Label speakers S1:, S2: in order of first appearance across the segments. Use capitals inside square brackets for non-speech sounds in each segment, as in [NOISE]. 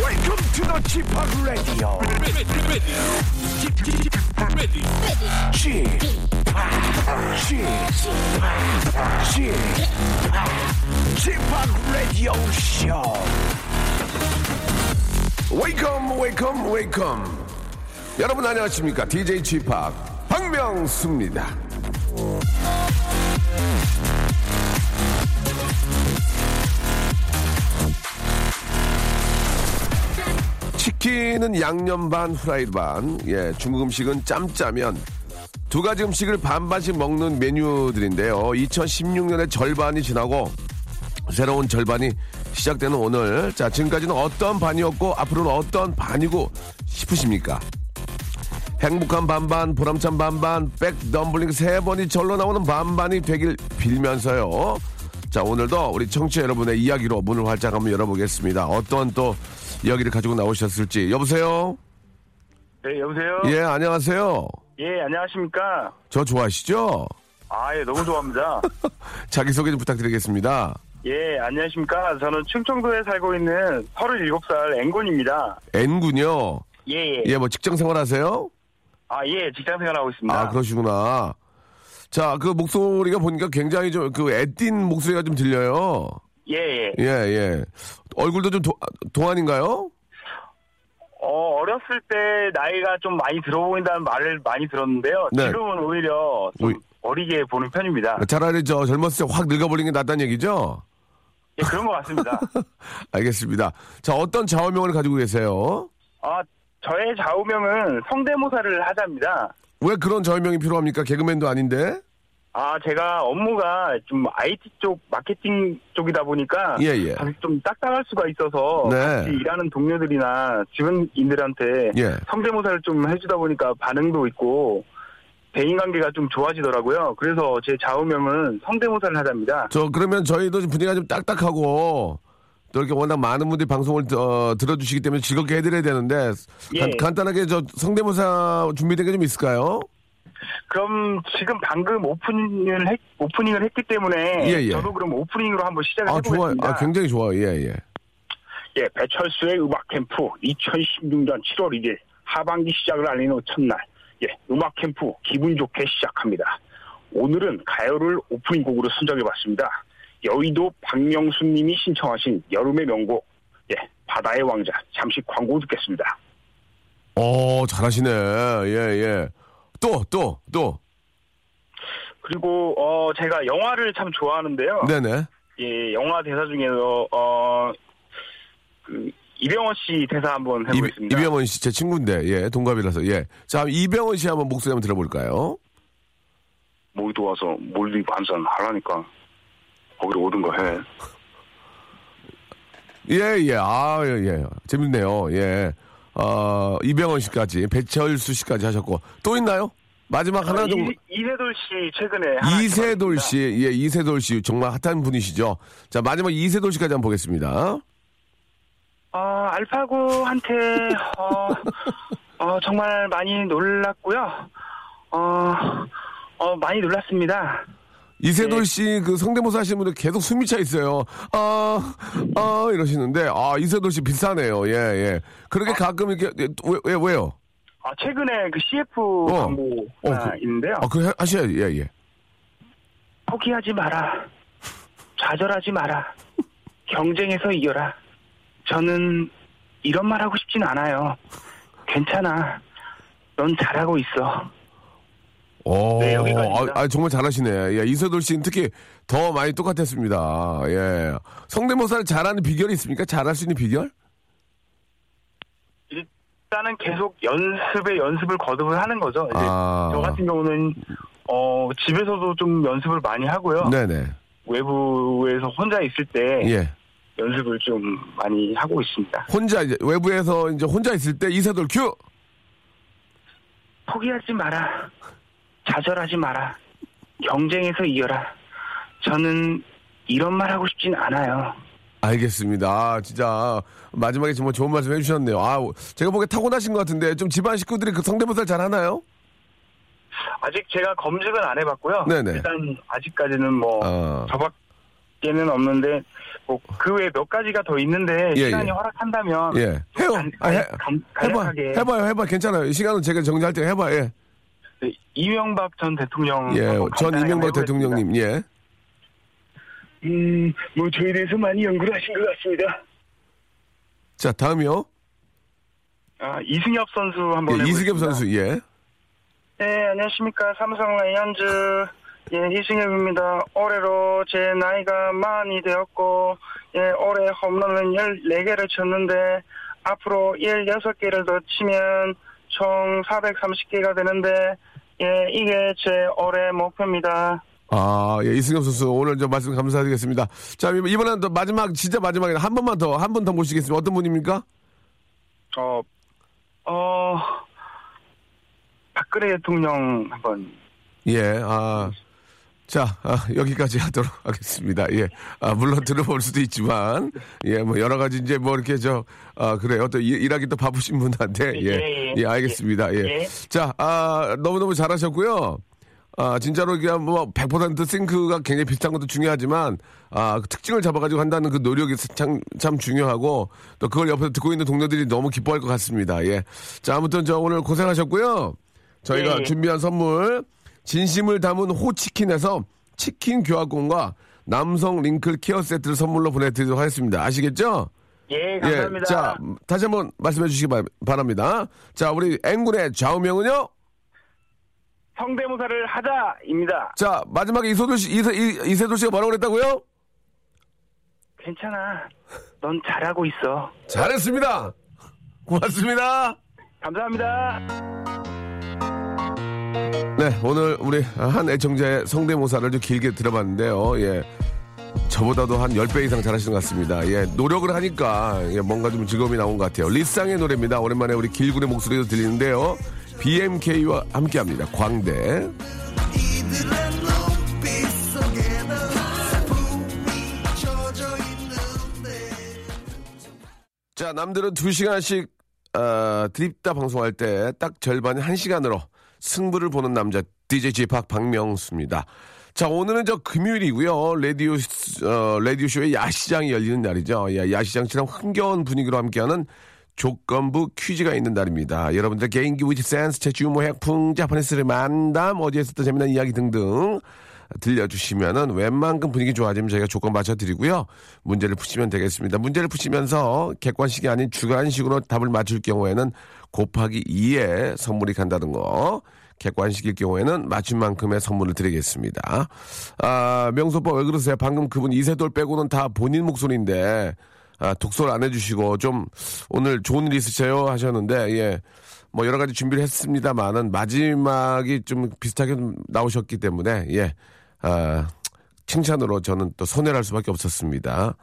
S1: Welcome to the g p o p Radio. g p o p g p o p Radio Show. Welcome, welcome, welcome. 여러분 안녕하십니까? DJ g p o p 박명수입니다. 치킨은 양념 반, 후라이드 반. 예, 중국 음식은 짬짜면. 두 가지 음식을 반반씩 먹는 메뉴들인데요. 2016년의 절반이 지나고 새로운 절반이 시작되는 오늘. 자, 지금까지는 어떤 반이었고 앞으로는 어떤 반이고 싶으십니까? 행복한 반반, 보람찬 반반, 백덤블링 세 번이 절로 나오는 반반이 되길 빌면서요. 자, 오늘도 우리 청취자 여러분의 이야기로 문을 활짝 한번 열어보겠습니다. 어떤 또 이야기를 가지고 나오셨을지. 여보세요?
S2: 네, 여보세요?
S1: 예, 안녕하세요.
S2: 예, 안녕하십니까?
S1: 저 좋아하시죠?
S2: 아, 예,
S1: [LAUGHS]
S2: 너무 좋아합니다.
S1: 자기소개 좀 부탁드리겠습니다.
S2: 예, 안녕하십니까? 저는 충청도에 살고 있는 37살 앵곤입니다.
S1: N군요.
S2: 예, 예.
S1: 예, 뭐 직장 생활 하세요?
S2: 아, 예, 직장 생활하고 있습니다.
S1: 아, 그러시구나. 자, 그 목소리가 보니까 굉장히 좀 그 애띤 목소리가 좀 들려요.
S2: 예, 예.
S1: 예, 예. 얼굴도 좀 도, 동안인가요?
S2: 어, 어렸을 때 나이가 좀 많이 들어 보인다는 말을 많이 들었는데요.
S1: 네.
S2: 지금은 오히려 좀
S1: 오이.
S2: 어리게 보는 편입니다.
S1: 차라리 저 젊었을 때 확 늙어버리는 게 낫다는 얘기죠?
S2: 예, 그런 것
S1: [LAUGHS]
S2: 같습니다.
S1: 알겠습니다. 자, 어떤 좌우명을 가지고 계세요?
S2: 아, 저의 좌우명은 성대모사를 하자입니다.
S1: 왜 그런 좌우명이 필요합니까? 개그맨도 아닌데?
S2: 아, 제가 업무가 좀 IT 쪽, 마케팅 쪽이다 보니까
S1: 예, 예.
S2: 사실 좀 딱딱할 수가 있어서
S1: 네.
S2: 같이 일하는 동료들이나 주변인들한테
S1: 예.
S2: 성대모사를 좀 해주다 보니까 반응도 있고 대인관계가 좀 좋아지더라고요. 그래서 제 좌우명은 성대모사를 하자입니다.
S1: 저 그러면 저희도 좀 분위기가 좀 딱딱하고 또 이렇게 워낙 많은 분들이 방송을 어, 들어주시기 때문에 즐겁게 해드려야 되는데
S2: 예.
S1: 간, 간단하게 저 성대모사 준비된 게 좀 있을까요?
S2: 그럼 지금 방금 오프닝을, 했, 오프닝을 했기 때문에
S1: 예, 예.
S2: 저도 그럼 오프닝으로 한번 시작을
S1: 아 좋아요.
S2: 해보겠습니다.
S1: 아 굉장히 좋아요. 예예.
S2: 예, 배철수의 음악 캠프 2016년 7월 1일 하반기 시작을 알리는 첫날. 예, 음악 캠프 기분 좋게 시작합니다. 오늘은 가요를 오프닝곡으로 선정해봤습니다. 여의도 박명수님이 신청하신 여름의 명곡, 예, 바다의 왕자. 잠시 광고 듣겠습니다.
S1: 어 잘하시네. 예예. 또 또 또.
S2: 그리고 어 제가 영화를 참 좋아하는데요.
S1: 네네.
S2: 예, 영화 대사 중에서 어그 이병헌 씨 대사 한번
S1: 이,
S2: 해보겠습니다.
S1: 이병헌 씨 제 친구인데 예 동갑이라서 예. 자 이병헌 씨 한번 목소리 한번 들어볼까요?
S2: 모이도 와서 몰리 반산 하라니까 거기로 오든가 해.
S1: 예예. 아 예예. 재밌네요. 예. 어 이병헌 씨까지 배철수 씨까지 하셨고 또 있나요? 마지막 하나 좀
S2: 이, 세돌씨 최근에 하나
S1: 이세돌
S2: 개발했습니다.
S1: 씨, 예, 이세돌 씨 정말 핫한 분이시죠. 자, 마지막 이세돌 씨까지 한번 보겠습니다.
S2: 어, 알파고한테 어, 어, 정말 많이 놀랐고요. 어, 어, 많이 놀랐습니다. 네.
S1: 이세돌 씨 그 성대모사 하시는 분들 계속 숨이 차 있어요. 아, 아 이러시는데 아 이세돌 씨 비싸네요. 예, 예. 그렇게 가끔 이렇게 예, 또 왜, 왜 왜요?
S2: 아, 최근에 그 CF
S1: 어.
S2: 광고
S1: 어,
S2: 하나
S1: 그-
S2: 있는데요.
S1: 아, 그 하셔야 예, 예.
S2: 포기하지 마라. 좌절하지 마라. 경쟁에서 이겨라. 저는 이런 말 하고 싶진 않아요. 괜찮아. 넌 잘하고 있어.
S1: 오,
S2: 네, 여기까지입니다.
S1: 아, 아, 정말 잘하시네. 예, 이세돌 씨는 특히 더 많이 똑같았습니다. 예. 성대모사를 잘하는 비결이 있습니까? 잘할 수 있는 비결?
S2: 일단은 계속 연습에 연습을 거듭을 하는 거죠. 이제
S1: 아.
S2: 저 같은 경우는 어 네. 집에서도 좀 연습을 많이 하고요.
S1: 네, 네.
S2: 외부에서 혼자 있을 때
S1: 예.
S2: 연습을 좀 많이 하고 있습니다.
S1: 혼자 이제 외부에서 이제 혼자 있을 때 이세돌 큐.
S2: 포기하지 마라. 좌절하지 마라. 경쟁에서 이겨라. 저는 이런 말 하고 싶진 않아요.
S1: 알겠습니다. 아, 진짜 마지막에 정말 좋은 말씀 해주셨네요. 아, 제가 보기에 타고나신 것 같은데 좀 집안 식구들이 그 성대모사를 잘 하나요?
S2: 아직 제가 검증은 안 해봤고요.
S1: 네네.
S2: 일단 아직까지는 뭐
S1: 아.
S2: 저밖에는 없는데 뭐 그 외에 몇 가지가 더 있는데
S1: 예,
S2: 시간이
S1: 예.
S2: 허락한다면
S1: 예.
S2: 좀
S1: 해요.
S2: 간-
S1: 아, 해,
S2: 간-
S1: 해봐.
S2: 간략하게
S1: 해봐요. 해봐. 괜찮아요. 시간은 제가 정리할 때 해봐. 예.
S2: 네, 이명박 전 대통령
S1: 예.
S2: 한번
S1: 전
S2: 음, 어, 간단하게
S1: 이명박
S2: 한번 해보겠습니다.
S1: 대통령님. 예.
S2: 음, 뭐 저에 대해서 많이 연구를 하신 것 같습니다.
S1: 자, 다음이요.
S2: 아, 이승엽 선수 한번
S1: 예,
S2: 해보겠습니다.
S1: 이승엽 선수. 예.
S2: 네, 안녕하십니까. 삼성 라이언즈. 예, 이승엽입니다. 올해로 제 나이가 많이 되었고, 예, 올해 홈런은 14개를 쳤는데, 앞으로 16개를 더 치면 총 430개가 되는데, 예, 이게 제 올해 목표입니다.
S1: 아, 예, 이승엽 선수 오늘 저 말씀 감사드리겠습니다. 자, 이번- 이번엔 또 마지막 진짜 마지막에 한 번만 더 한 번 더 모시겠습니다. 어떤 분입니까?
S2: 어, 어, 박근혜 대통령 한번
S1: 예, 아. 자, 아, 여기까지 하도록 하겠습니다. 예. 아, 물론 들어볼 수도 있지만, 예, 뭐, 여러 가지 이제 뭐, 이렇게 저, 아, 그래요. 또 일- 일하기 또 바쁘신 분한테,
S2: 예,
S1: 예.
S2: 예.
S1: 예, 알겠습니다. 예.
S2: 예.
S1: 자, 아, 너무너무 잘하셨고요. 아, 진짜로 그냥 뭐, 100% 싱크가 굉장히 비슷한 것도 중요하지만, 아, 그 특징을 잡아가지고 한다는 그 노력이 참, 참 중요하고, 또 그걸 옆에서 듣고 있는 동료들이 너무 기뻐할 것 같습니다. 예. 자, 아무튼 저 오늘 고생하셨고요. 저희가
S2: 예, 예.
S1: 준비한 선물 진심을 담은 호치킨에서 치킨 교환권과 남성 링클 케어 세트를 선물로 보내드리도록 하겠습니다. 아시겠죠?
S2: 예, 감사합니다.
S1: 예, 자 다시 한번 말씀해 주시기 바, 랍니다자 우리 앵군의 좌우명은요.
S2: 성대모사를 하자입니다.
S1: 자 마지막에 이소돌 씨 이세, 이, 이세돌 씨가 뭐라고 그랬다고요?
S2: 괜찮아. 넌 잘하고 있어.
S1: 잘했습니다. 고맙습니다.
S2: 감사합니다.
S1: 네, 오늘 우리 한 애청자의 성대모사를 좀 길게 들어봤는데요. 예. 저보다도 한 10배 이상 잘하시는 것 같습니다. 예, 노력을 하니까 예, 뭔가 좀 즐거움이 나온 것 같아요. 리쌍의 노래입니다. 오랜만에 우리 길군의 목소리도 들리는데요. BMK와 함께 합니다. 광대. 자, 남들은 두시간씩 어, 드립다 방송할 때 딱 절반이 한시간으로 승부를 보는 남자 DJ 지팍 박명수입니다. 자, 오늘은 저 금요일이고요. 라디오 시- 어, 라디오 쇼의 야시장이 열리는 날이죠. 예, 야시장처럼 흥겨운 분위기로 함께하는 조건부 퀴즈가 있는 날입니다. 여러분들 개인기 위치 센스, 재치 유머 핵풍, 자파네스를 만담, 어디에서 또 재미난 이야기 등등 들려주시면은 웬만큼 분위기 좋아지면 저희가 조건 맞춰드리고요. 문제를 푸시면 되겠습니다. 문제를 푸시면서 객관식이 아닌 주관식으로 답을 맞출 경우에는 곱하기 2에 선물이 간다는 거. 객관식일 경우에는 맞춘 만큼의 선물을 드리겠습니다. 아, 명수 오빠 왜 그러세요? 방금 그분 이세돌 빼고는 다 본인 목소리인데, 아, 독설 안 해주시고, 좀, 오늘 좋은 일 있으세요? 하셨는데, 예. 뭐 여러 가지 준비를 했습니다만은 마지막이 좀 비슷하게 좀 나오셨기 때문에 예. 아, 칭찬으로 저는 또 손해를 할 수밖에 없었습니다.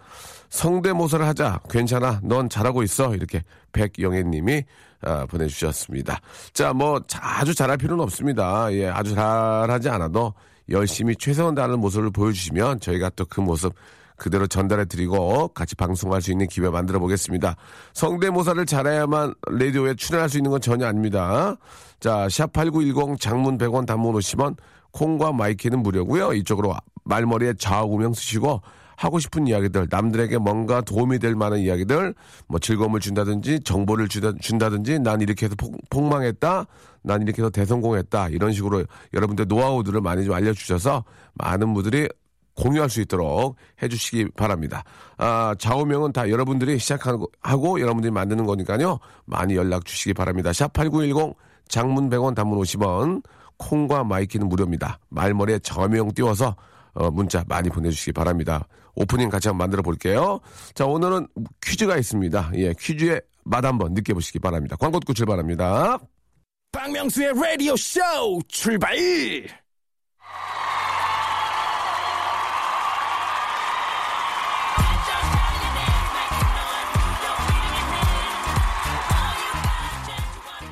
S1: 성대모사를 하자. 괜찮아. 넌 잘하고 있어. 이렇게 백영애 님이 아, 보내주셨습니다. 자, 뭐 자- 아주 잘할 필요는 없습니다. 예, 아주 잘하지 않아도 열심히 최선을 다하는 모습을 보여주시면 저희가 또 그 모습 그대로 전달해 드리고 같이 방송할 수 있는 기회 만들어 보겠습니다. 성대모사를 잘해야만 라디오에 출연할 수 있는 건 전혀 아닙니다. 자, 샵8910 장문 100원 단문 50원 콩과 마이키는 무료고요. 이쪽으로 말머리에 좌우명 쓰시고 하고 싶은 이야기들, 남들에게 뭔가 도움이 될 만한 이야기들, 뭐 즐거움을 준다든지 정보를 주다- 준다든지 난 이렇게 해서 폭, 폭망했다, 난 이렇게 해서 대성공했다 이런 식으로 여러분들 노하우들을 많이 좀 알려주셔서 많은 분들이 공유할 수 있도록 해주시기 바랍니다. 아, 좌우명은 다 여러분들이 시작하고 하고 여러분들이 만드는 거니까요. 많이 연락 주시기 바랍니다. 샵8910 장문 100원 단문 50원 콩과 마이키는 무료입니다. 말머리에 저명 띄워서 어, 문자 많이 보내주시기 바랍니다. 오프닝 같이 한번 만들어 볼게요. 자, 오늘은 퀴즈가 있습니다. 예, 퀴즈의 맛 한번 느껴보시기 바랍니다. 광고 듣고 출발합니다.
S3: 박명수의 라디오 쇼 출발!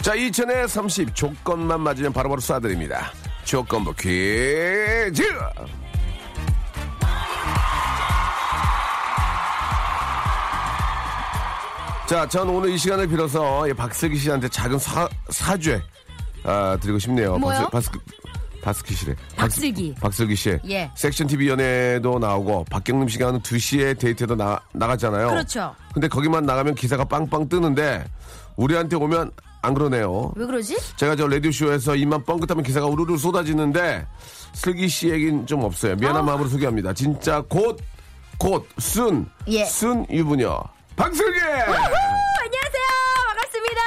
S1: 자, 2000에 30 조건만 맞으면 바로바로 쏴드립니다. 조건부 퀴즈! 자, 전 오늘 이 시간을 빌어서 이 박슬기 씨한테 작은 사, 사죄 아, 드리고 싶네요.
S4: 뭐요?
S1: 박슬, 박슬, 기 씨래.
S4: 박슬기.
S1: 박슬기 씨.
S4: 예.
S1: 섹션 TV 연예도 나오고 박경림 씨가 하는 2시에 데이트도 나, 나갔잖아요.
S4: 그렇죠.
S1: 근데 거기만 나가면 기사가 빵빵 뜨는데 우리한테 오면 안 그러네요.
S4: 왜 그러지?
S1: 제가 저 라디오쇼에서 입만 뻥긋하면 기사가 우르르 쏟아지는데 슬기 씨 얘기는 좀 없어요. 미안한 마음으로 소개합니다. 진짜 곧, 곧, 순,
S4: 예.
S1: 순 유부녀 박슬기!
S4: 어, 안녕하세요. 반갑습니다.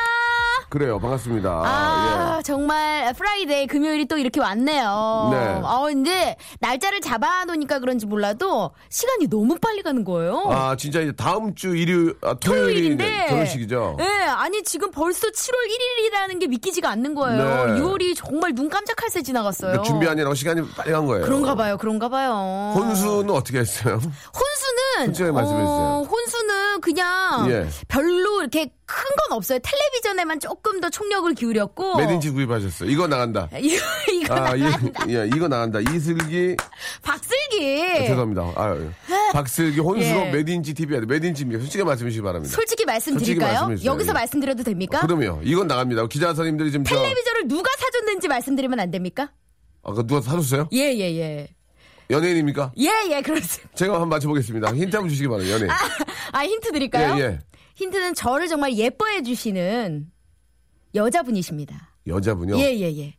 S1: 그래요. 반갑습니다.
S4: 아,
S1: 예.
S4: 정말 프라이데이 금요일이 또 이렇게 왔네요.
S1: 네.
S4: 아, 근데 날짜를 잡아놓으니까 그런지 몰라도 시간이 너무 빨리 가는 거예요.
S1: 아, 진짜 이제 다음 주 일요일, 아, 토요일이
S4: 토요일인데
S1: 결혼식이죠.
S4: 네, 아니 지금 벌써 7월 1일이라는 게 믿기지가 않는 거예요.
S1: 네.
S4: 6월이 정말 눈 깜짝할 새 지나갔어요.
S1: 그러니까 준비하느라고 시간이 빨리 간 거예요.
S4: 그런가 봐요, 그런가 봐요.
S1: 혼수는 어떻게 했어요?
S4: 혼수는 어,
S1: 솔직하게 말씀해 주세요.
S4: 혼수는 그냥
S1: 예.
S4: 별로 이렇게 큰 건 없어요. 텔레비전에만 조금 더 총력을 기울였고
S1: 매딘지 구입하셨어요. 이거 나간다.
S4: [LAUGHS] 이거, 이거
S1: 아, 이,
S4: [LAUGHS] 나간다.
S1: [LAUGHS] 예, 이거 나간다. 이슬기
S4: 박슬기.
S1: 죄송합니다. 아, 예. 박슬기 혼수로
S4: 예.
S1: 메딘지 TV야. 메딘지입니다. 솔직히 말씀해 주시기 바랍니다.
S4: 솔직히
S1: 솔직히
S4: 말씀드릴까요?
S1: 말씀해 주세요.
S4: 여기서
S1: 예.
S4: 말씀드려도 됩니까?
S1: 그럼요. 이건 나갑니다. 기자 선생님들이 지금 저,
S4: 텔레비전을 누가 사줬는지 말씀드리면 안 됩니까?
S1: 아까 누가 사줬어요?
S4: 예, 예, 예.
S1: 연예인입니까?
S4: 예, 예, 그렇습니다.
S1: 제가 한번 맞춰보겠습니다. 힌트 한번 주시기 바랍니다. 연예인.
S4: 아, 힌트 드릴까요?
S1: 예, 예.
S4: 힌트는 저를 정말 예뻐해 주시는 여자분이십니다.
S1: 여자분요. 아.
S4: 예, 예, 예.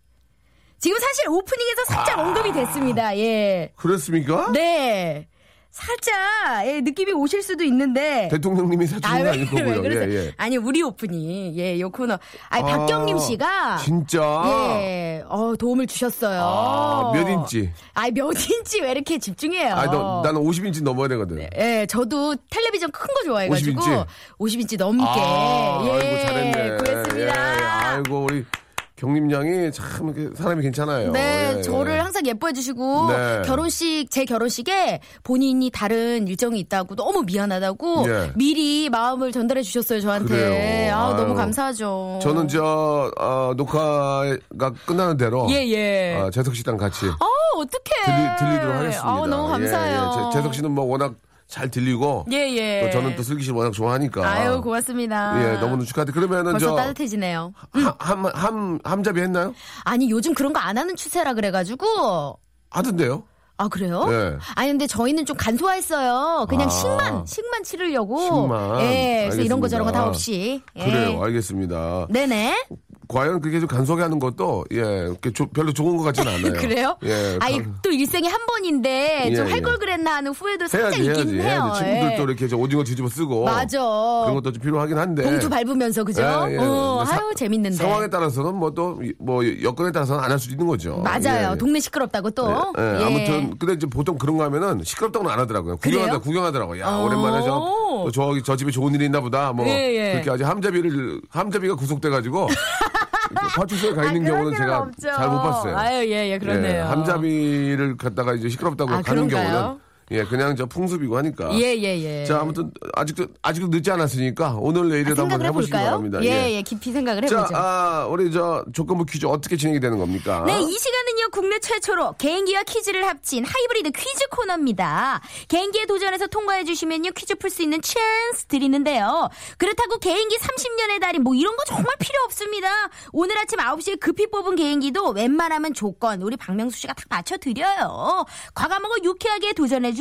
S4: 지금 사실 오프닝에서 살짝 언급이 됐습니다. 예.
S1: 그렇습니까?
S4: 네. 살짝 예, 느낌이 오실 수도 있는데.
S1: 대통령님이 사준
S4: 아,
S1: 건
S4: 왜,
S1: 아닐
S4: 왜
S1: 거고요.
S4: 그러세요?
S1: 예, 예.
S4: 아니, 우리 오프닝. 예, 요 코너. 아니,
S1: 아,
S4: 박경림 씨가.
S1: 진짜.
S4: 예, 어, 도움을 주셨어요.
S1: 아, 몇 인치?
S4: 아니, 몇 인치 왜 이렇게 집중해요?
S1: 아, 너, 나는 50인치 넘어야 되거든.
S4: 예, 저도 텔레비전 큰 거 좋아해가지고
S1: 50인치?
S4: 50인치 넘게 예,
S1: 아이고 잘했네.
S4: 구했습니다.
S1: 예, 아이고 우리 경림 양이 참 이렇게 사람이 괜찮아요.
S4: 네,
S1: 예, 예.
S4: 저를 항상 예뻐해 주시고
S1: 네.
S4: 결혼식 제 결혼식에 본인이 다른 일정이 있다고 너무 미안하다고
S1: 예.
S4: 미리 마음을 전달해 주셨어요 저한테.
S1: 그래요.
S4: 아, 너무
S1: 아유.
S4: 감사하죠.
S1: 저는 저 어, 녹화가 끝나는 대로
S4: 예, 예.
S1: 아, 재석 씨랑 같이
S4: 어, 어떡해.
S1: 들리, 들리도록 하겠습니다.
S4: 아, 너무 감사해요.
S1: 예, 예. 재- 재석 씨는 뭐 워낙 잘 들리고
S4: 예, 예.
S1: 또 저는 또 슬기 씨 워낙 좋아하니까.
S4: 아유, 고맙습니다.
S1: 그러니까. 예, 너무너무 축하드. 그러면은
S4: 벌써
S1: 저
S4: 따뜻해지네요.
S1: 함- 함, 함, 함잡이 했나요?
S4: 아니, 요즘 그런 거 안 하는 추세라 그래가지고
S1: 하던데요?
S4: 아 그래요?
S1: 예.
S4: 아니 근데 저희는 좀 간소화했어요. 그냥
S1: 아.
S4: 식만 식만 치르려고.
S1: 식만.
S4: 예. 그래서
S1: 알겠습니다.
S4: 이런
S1: 아.
S4: 거 저런 거 다 없이. 예.
S1: 그래요, 아, 알겠습니다.
S4: 네네.
S1: 과연 그렇게 좀 간소하게 하는 것도 예 그렇게 조- 별로 좋은 것 같지는 않아요.
S4: [LAUGHS] 그래요?
S1: 예.
S4: 아니
S1: 가-
S4: 또 일생에 한 번인데
S1: 예,
S4: 좀 할
S1: 예.
S4: 걸 그랬나 하는 후회도 살짝
S1: 해야지 해야지
S4: 있긴 해요.
S1: 해야지 친구들도
S4: 예.
S1: 이렇게 저 오징어 뒤집어 쓰고
S4: 맞아.
S1: 그런 것도 좀 필요하긴 한데
S4: 봉투 밟으면서 그죠?
S1: 예, 예.
S4: 어,
S1: 근데 사-
S4: 아유 재밌는데.
S1: 상황에 따라서는 뭐 또 뭐 여건에 따라서는 안 할 수도 있는 거죠.
S4: 맞아요.
S1: 예, 예.
S4: 동네 시끄럽다고 또.
S1: 예, 예. 아무튼 근데 이제 보통 그런 거 하면은 시끄럽다고는 안 하더라고요. 구경하다
S4: 그래요?
S1: 구경하더라고. 야
S4: 어.
S1: 오랜만에 저저 저 집에 좋은 일이 있나 보다. 뭐
S4: 예, 예.
S1: 그렇게 아주 함잡이를 함잡이가
S4: [LAUGHS]
S1: 구속돼가지고 파출소에 가 있는
S4: 아, 그런
S1: 경우는
S4: 일은
S1: 제가
S4: 없죠.
S1: 잘 못 봤어요.
S4: 아유 예예 그러네요.
S1: 예, 함잡이를 갖다가 이제 시끄럽다고
S4: 아,
S1: 가는
S4: 그런가요?
S1: 경우는 예 그냥 저 풍습이고 하니까
S4: 예, 예, 예.
S1: 자 아무튼 아직도 아직도 늦지 않았으니까 오늘 내일에도 한번
S4: 아, 생각을
S1: 해보시기
S4: 해볼까요?
S1: 바랍니다.
S4: 예, 예, 깊이 생각을
S1: 자,
S4: 해보죠.
S1: 아, 우리 저 조건부 퀴즈 어떻게 진행이 되는 겁니까?
S4: 네, 이 시간은요, 국내 최초로 개인기와 퀴즈를 합친 하이브리드 퀴즈 코너입니다. 개인기에 도전해서 통과해주시면요, 퀴즈 풀 수 있는 찬스 드리는데요. 그렇다고 개인기 30년의 달인 뭐 이런 거 정말 필요 없습니다. 오늘 아침 9시에 급히 뽑은 개인기도 웬만하면 조건, 우리 박명수 씨가 다 맞춰드려요. 과감하고 유쾌하게 도전해주세요.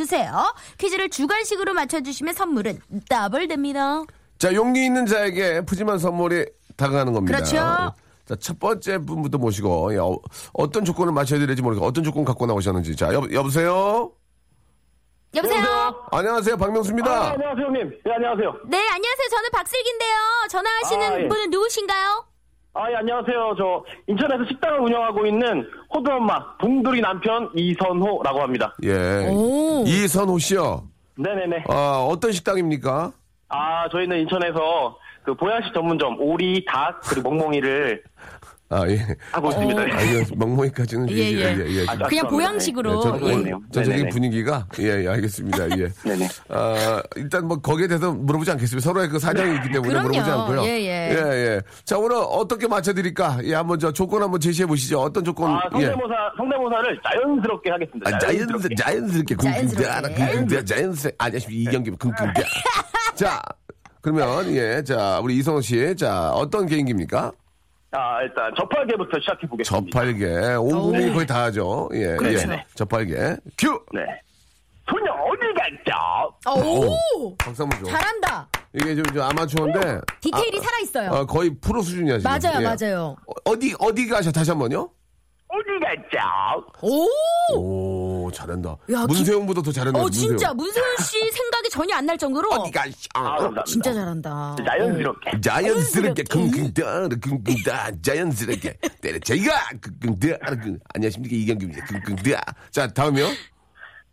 S4: 퀴즈를 주관식으로 맞춰주시면 선물은 더블 됩니다.
S1: 자, 용기 있는 자에게 푸짐한 선물이 다가가는 겁니다.
S4: 그렇죠.
S1: 자, 첫 번째 분부터 모시고 예, 어, 어떤 조건을 맞춰야 될지 모르겠고 어떤 조건 갖고 나오셨는지. 자, 여, 여보세요?
S4: 여보세요?
S1: 안녕하세요. 박명수입니다.
S5: 안녕하세요, 형님. 네, 안녕하세요.
S4: 네, 안녕하세요. 저는 박슬기인데요. 전화하시는
S5: 아, 예.
S4: 분은 누구신가요?
S5: 아, 예, 안녕하세요. 저 인천에서 식당을 운영하고 있는 호두 엄마 동돌이 남편 이선호라고 합니다.
S1: 예. 이선호 씨요.
S5: 네네네.
S1: 아, 어떤 식당입니까?
S5: 아, 저희는 인천에서 그 보양식 전문점 오리, 닭 그리고 멍멍이를
S1: 아, 예.
S6: 하고 있습니다.
S1: 아, 이거 멍멍이까지는
S4: 예,
S1: 얘기가,
S4: 예.
S1: 예, 예.
S6: 아,
S4: 그냥
S6: 죄송합니다.
S4: 보양식으로.
S1: 전-
S6: 예. 그렇네요.
S1: 전체적인
S6: 네네네.
S1: 분위기가 예, 예 알겠습니다.
S4: [LAUGHS]
S1: 예.
S6: 네네.
S1: 아, 일단 뭐 거기에 대해서 물어보지 않겠습니다. 서로의 그 사정이 있기 때문에
S4: 그럼요.
S1: 물어보지 않고요.
S4: 예, 예.
S1: 예, 예. 자, 오늘 어떻게 맞춰 드릴까? 예, 한번 저 조건 한번 제시해 보시죠. 어떤 조건?
S2: 아,
S1: 예.
S2: 성대모사, 성대모사를 자연스럽게 하겠습니다.
S1: 아, 자연스, 자연스럽게
S4: 자연스럽게.
S1: 굶긴데 하나 굶긴데 자연스럽게 아저씨 이경기 굶긴데
S4: [LAUGHS]
S1: 자 그러면 예자 우리 이성호 씨자 어떤 개인기입니까?
S2: 아, 일단 저팔계부터 시작해 보겠습니다.
S1: 저팔계 5분이 거의 다 하죠 예,
S2: 그렇죠.
S1: 예 저팔계 큐
S2: 네. 소녀 어디 갔죠?
S4: 오,
S1: 박수 한번 줘
S4: 잘한다.
S1: 이게 좀, 좀 아마추어인데
S4: 디테일이
S1: 아,
S4: 살아있어요.
S1: 어, 거의 프로 수준이야 지금
S4: 맞아요,
S1: 예.
S4: 맞아요.
S1: 어, 어디 어디 가셔 다시 한번요?
S2: 어디 갔죠? 아,
S4: 오,
S1: 오 잘한다
S4: 야,
S1: 네, 문세훈보다 더 잘한다
S4: 어 진짜 뭐. 문세윤
S1: [LAUGHS]
S4: 씨 생각이 전혀 안 날 정도로
S1: 어디 가셔
S2: 아, 감사합니다.
S4: 진짜 잘한다.
S2: 자연스럽게.
S1: 자연스럽게
S4: 자연스럽게.
S1: 긍긍다 긍긍다 자연스럽게 때려 저희가 긍긍다 긍 안녕하십니까 이경규입니다 긍긍다 자 다음이요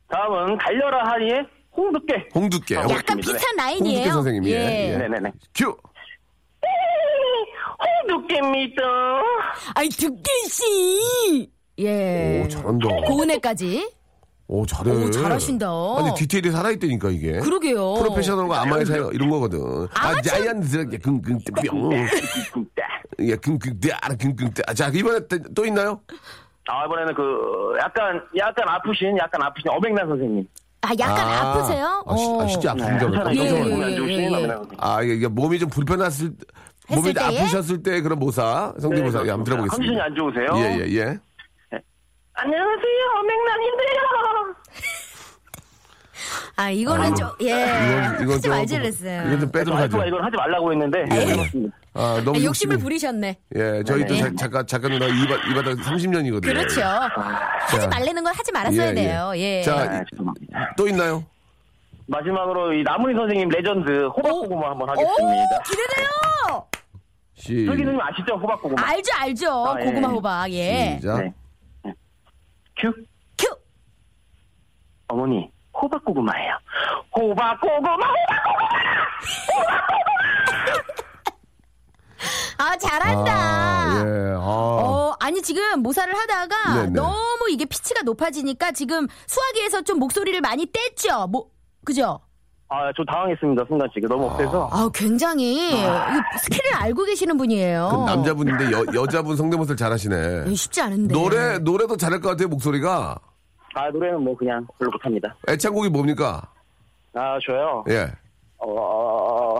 S2: 다음은 달려라 하니의 홍두깨.
S1: 홍두깨
S2: 아, 네.
S4: 약간 비슷한
S1: 어, 홍두깨
S4: 라인이에요.
S1: 선생님이 예. 예.
S2: 네네네.
S1: 큐
S2: 홍두깨입니다.
S4: 아이 두께 씨. 예.
S1: 오, 잘한다.
S4: 고은혜까지.
S1: 오 잘해
S4: 오, 잘하신다.
S1: 아니 디테일이 살아있다니까 이게
S4: 그러게요.
S1: 프로페셔널과 아마의 사이 이런 거거든 아
S4: 아마추어-
S1: 자연스럽게 긍긍다 뿅예 네, 긍긍다 긍긍다 아, 자 이번에 또- 또 있나요
S2: 아, 이번에는 그, 약간, 약간 아프신, 약간 아프신 어백란 선생님.
S4: 아 약간 아, 프세요
S1: 아, 시, 아 진짜
S2: 네.
S1: 아픈가
S4: 예, 예,
S1: 봐
S4: 예, 예, 예.
S1: 아, 이게, 이게 몸이 좀 불편했을, 몸이
S4: 때에?
S1: 아프셨을 때 그런 모사,
S2: 네,
S1: 성대모사, 예, 한번 들어보겠습니다.
S2: 컨디션이 안 좋으세요?
S1: 예, 예, 예.
S2: 안녕하세요, 어백란인데요.
S4: 아 이거는 좀 예.
S1: 이건, 이건
S4: 하지
S1: 좀.
S4: 말지 그랬어요.
S1: 이건 좀 빼도록 하죠. 예,
S2: 와이프가 이걸 하지 말라고 했는데. 그렇습니다.
S1: 아, 너무
S4: 아, 욕심을 부리셨네.
S1: 예, 저희 또
S4: 네.
S1: 자- 작가, 작가 누나 이바, 이바닥 30년이거든요.
S4: 그렇죠. 하지 말라는 건 하지 말았어야
S1: 예,
S4: 돼요.
S1: 예.
S4: 예.
S1: 자,
S2: 아, 죄송합니다.
S1: 또 있나요?
S2: 마지막으로 이 나무리 선생님 레전드 호박고구마 한번
S4: 오
S2: 하겠습니다.
S4: 기대돼요.
S1: 시,
S2: 여기는 아시죠? 호박고구마.
S4: 알죠 알죠.
S2: 아, 예.
S4: 고구마 호박 예.
S1: 시작.
S2: 네. 네. 큐.
S4: 큐.
S2: 어머니, 호박고구마예요. 호박고구마, 호박고구마!
S4: 아 잘한다.
S1: 아, 예, 아.
S4: 어, 아니 지금 모사를 하다가
S1: 네네.
S4: 너무 이게 피치가 높아지니까 지금 수화기에서 좀 목소리를 많이 뗐죠. 뭐 그죠?
S2: 아, 저 당황했습니다, 순간 지금. 너무 억세서.
S4: 아, 굉장히 이거 스킬을 알고 계시는 분이에요.
S1: 그 남자분인데 여, 여자분 성대모사를 잘하시네.
S4: 예, 쉽지 않은데.
S1: 노래, 노래도 잘할 것 같아요, 목소리가.
S2: 아, 노래는 뭐 그냥 별로 못합니다.
S1: 애창곡이 뭡니까?
S2: 아, 저요?
S1: 예.
S2: 어,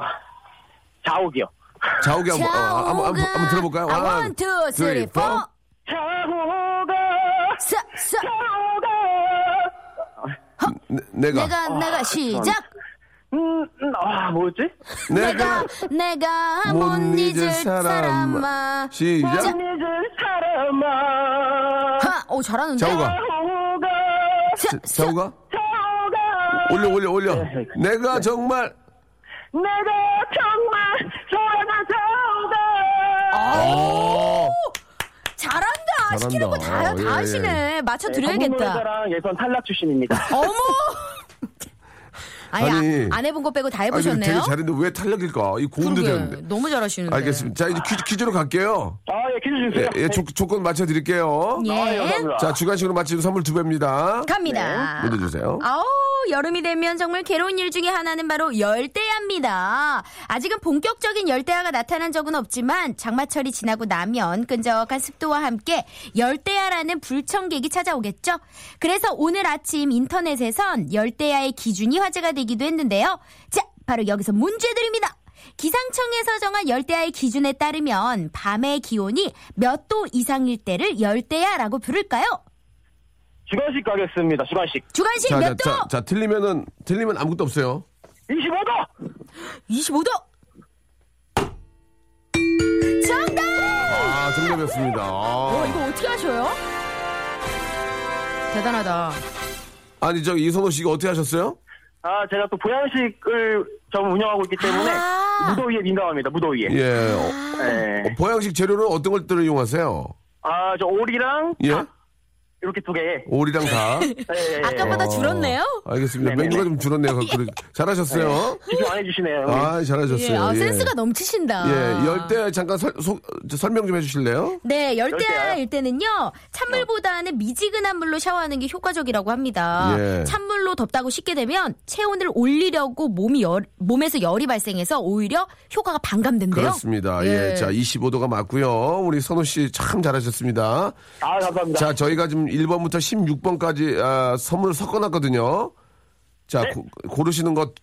S2: 자옥이요.
S1: 자욱이 한번, 어,
S4: 자,
S1: 한번, 한번, 한번 들어볼까요?
S4: 아,
S1: One,
S4: 원, 투,
S1: three,
S4: 쓰리, 포.
S1: four.
S2: 자옥아,
S4: 서, 서.
S1: 아.
S2: 자옥아.
S1: 네, 내가
S4: 내가 내가
S2: 아,
S4: 시작.
S2: 음, 음, 아, 뭐였지?
S4: 내가 내가 못 잊을 사람아.
S1: 시작
S4: 자.
S2: 잊을 사람아.
S4: 하, 오 어, 잘하는데.
S1: 자우가
S2: 자옥아,
S4: 서, 서.
S1: 자우가
S2: 자옥아.
S1: 올려 올려 올려 내가 정말
S2: 내가 정말 사랑한 자옥아.
S1: 어
S4: 잘한다.
S1: 잘한다.
S4: 시키는 거 다,
S1: 예, 예.
S4: 다 하시네. 맞춰 드려야겠다.
S2: 아,
S4: 아,
S2: 한국노래자랑 예선 탈락 출신입니다.
S4: 어머! 아니,
S1: 아니.
S4: 아, 안 해본 것 빼고 다
S1: 아니, 되게
S4: 해보셨네요? 네.
S1: 잘했는데 왜 탈락일까 이 고음도
S4: 그러게,
S1: 되는데
S4: 너무 잘하시는데.
S1: 알겠습니다 자 이제 퀴즈 퀴즈로 갈게요
S2: 아, 예, 퀴즈
S1: 예,
S2: 주세요.
S1: 예, 조, 조건 맞춰 드릴게요
S4: 예.
S2: 아, 예, 감사합니다.
S1: 자 주간식으로 맞히면 선물 두 배입니다
S4: 갑니다.
S1: 문제 주세요
S4: 아우, 여름이 되면 정말 괴로운 일 중에 하나는 바로 열대야입니다. 아직은 본격적인 열대야가 나타난 적은 없지만 장마철이 지나고 나면 끈적한 습도와 함께 열대야라는 불청객이 찾아오겠죠. 그래서 오늘 아침 인터넷에선 열대야의 기준이 화제가 되기도 했는데요. 자, 바로 여기서 문제 드립니다. 기상청에서 정한 열대야의 기준에 따르면 밤의 기온이 몇 도 이상일 때를 열대야라고 부를까요?
S2: 주관식 가겠습니다, 주관식.
S4: 주간식
S1: 자, 자,
S4: 몇 도?
S1: 자, 자, 틀리면은 틀리면 아무것도 없어요
S2: 25도!
S4: 25도. 정답!
S1: 아 정답이었습니다
S4: 어,
S1: 아.
S4: 이거 어떻게 하셔요? 대단하다.
S1: 아니 저 이선호 씨가 어떻게 하셨어요?
S2: 아, 제가 또 보양식을 좀 운영하고 있기 때문에
S4: 아.
S2: 무더위에 민감합니다, 무더위에.
S1: 예 어,
S2: 예.
S1: 보양식 재료는 어떤 것들을 이용하세요?
S2: 아, 저 오리랑
S1: 예?
S2: 닭,
S5: 이렇게 두 개. 예,
S1: 오리랑 다.
S4: [LAUGHS]
S5: 예, 예.
S4: 아까보다
S1: 어,
S4: 줄었네요?
S1: 알겠습니다.
S5: 네네네.
S1: 메뉴가 좀 줄었네요. 그래, 잘하셨어요.
S5: 비교 안 해주시네요. 형님.
S1: 아, 잘하셨어요.
S4: 예, 아,
S1: 예.
S4: 센스가 아. 넘치신다.
S1: 예, 열대 잠깐 설, 소- 저 설명 좀 해주실래요?
S4: 네,
S5: 열대야.
S4: 열대야일 때는요, 찬물보다는 미지근한 물로 샤워하는 게 효과적이라고 합니다.
S1: 예.
S4: 찬물로 덥다고 쉽게 되면 체온을 올리려고 몸이 열, 몸에서 열이 발생해서 오히려 효과가 반감된대요.
S1: 그렇습니다. 예. 자, 25도가 맞고요. 우리 선호 씨 참 잘하셨습니다.
S5: 아, 감사합니다.
S1: 자, 저희가 지금 1번부터 16번까지 아, 선물 섞어놨거든요. 자,
S4: 네.
S1: 고, 고르시는 것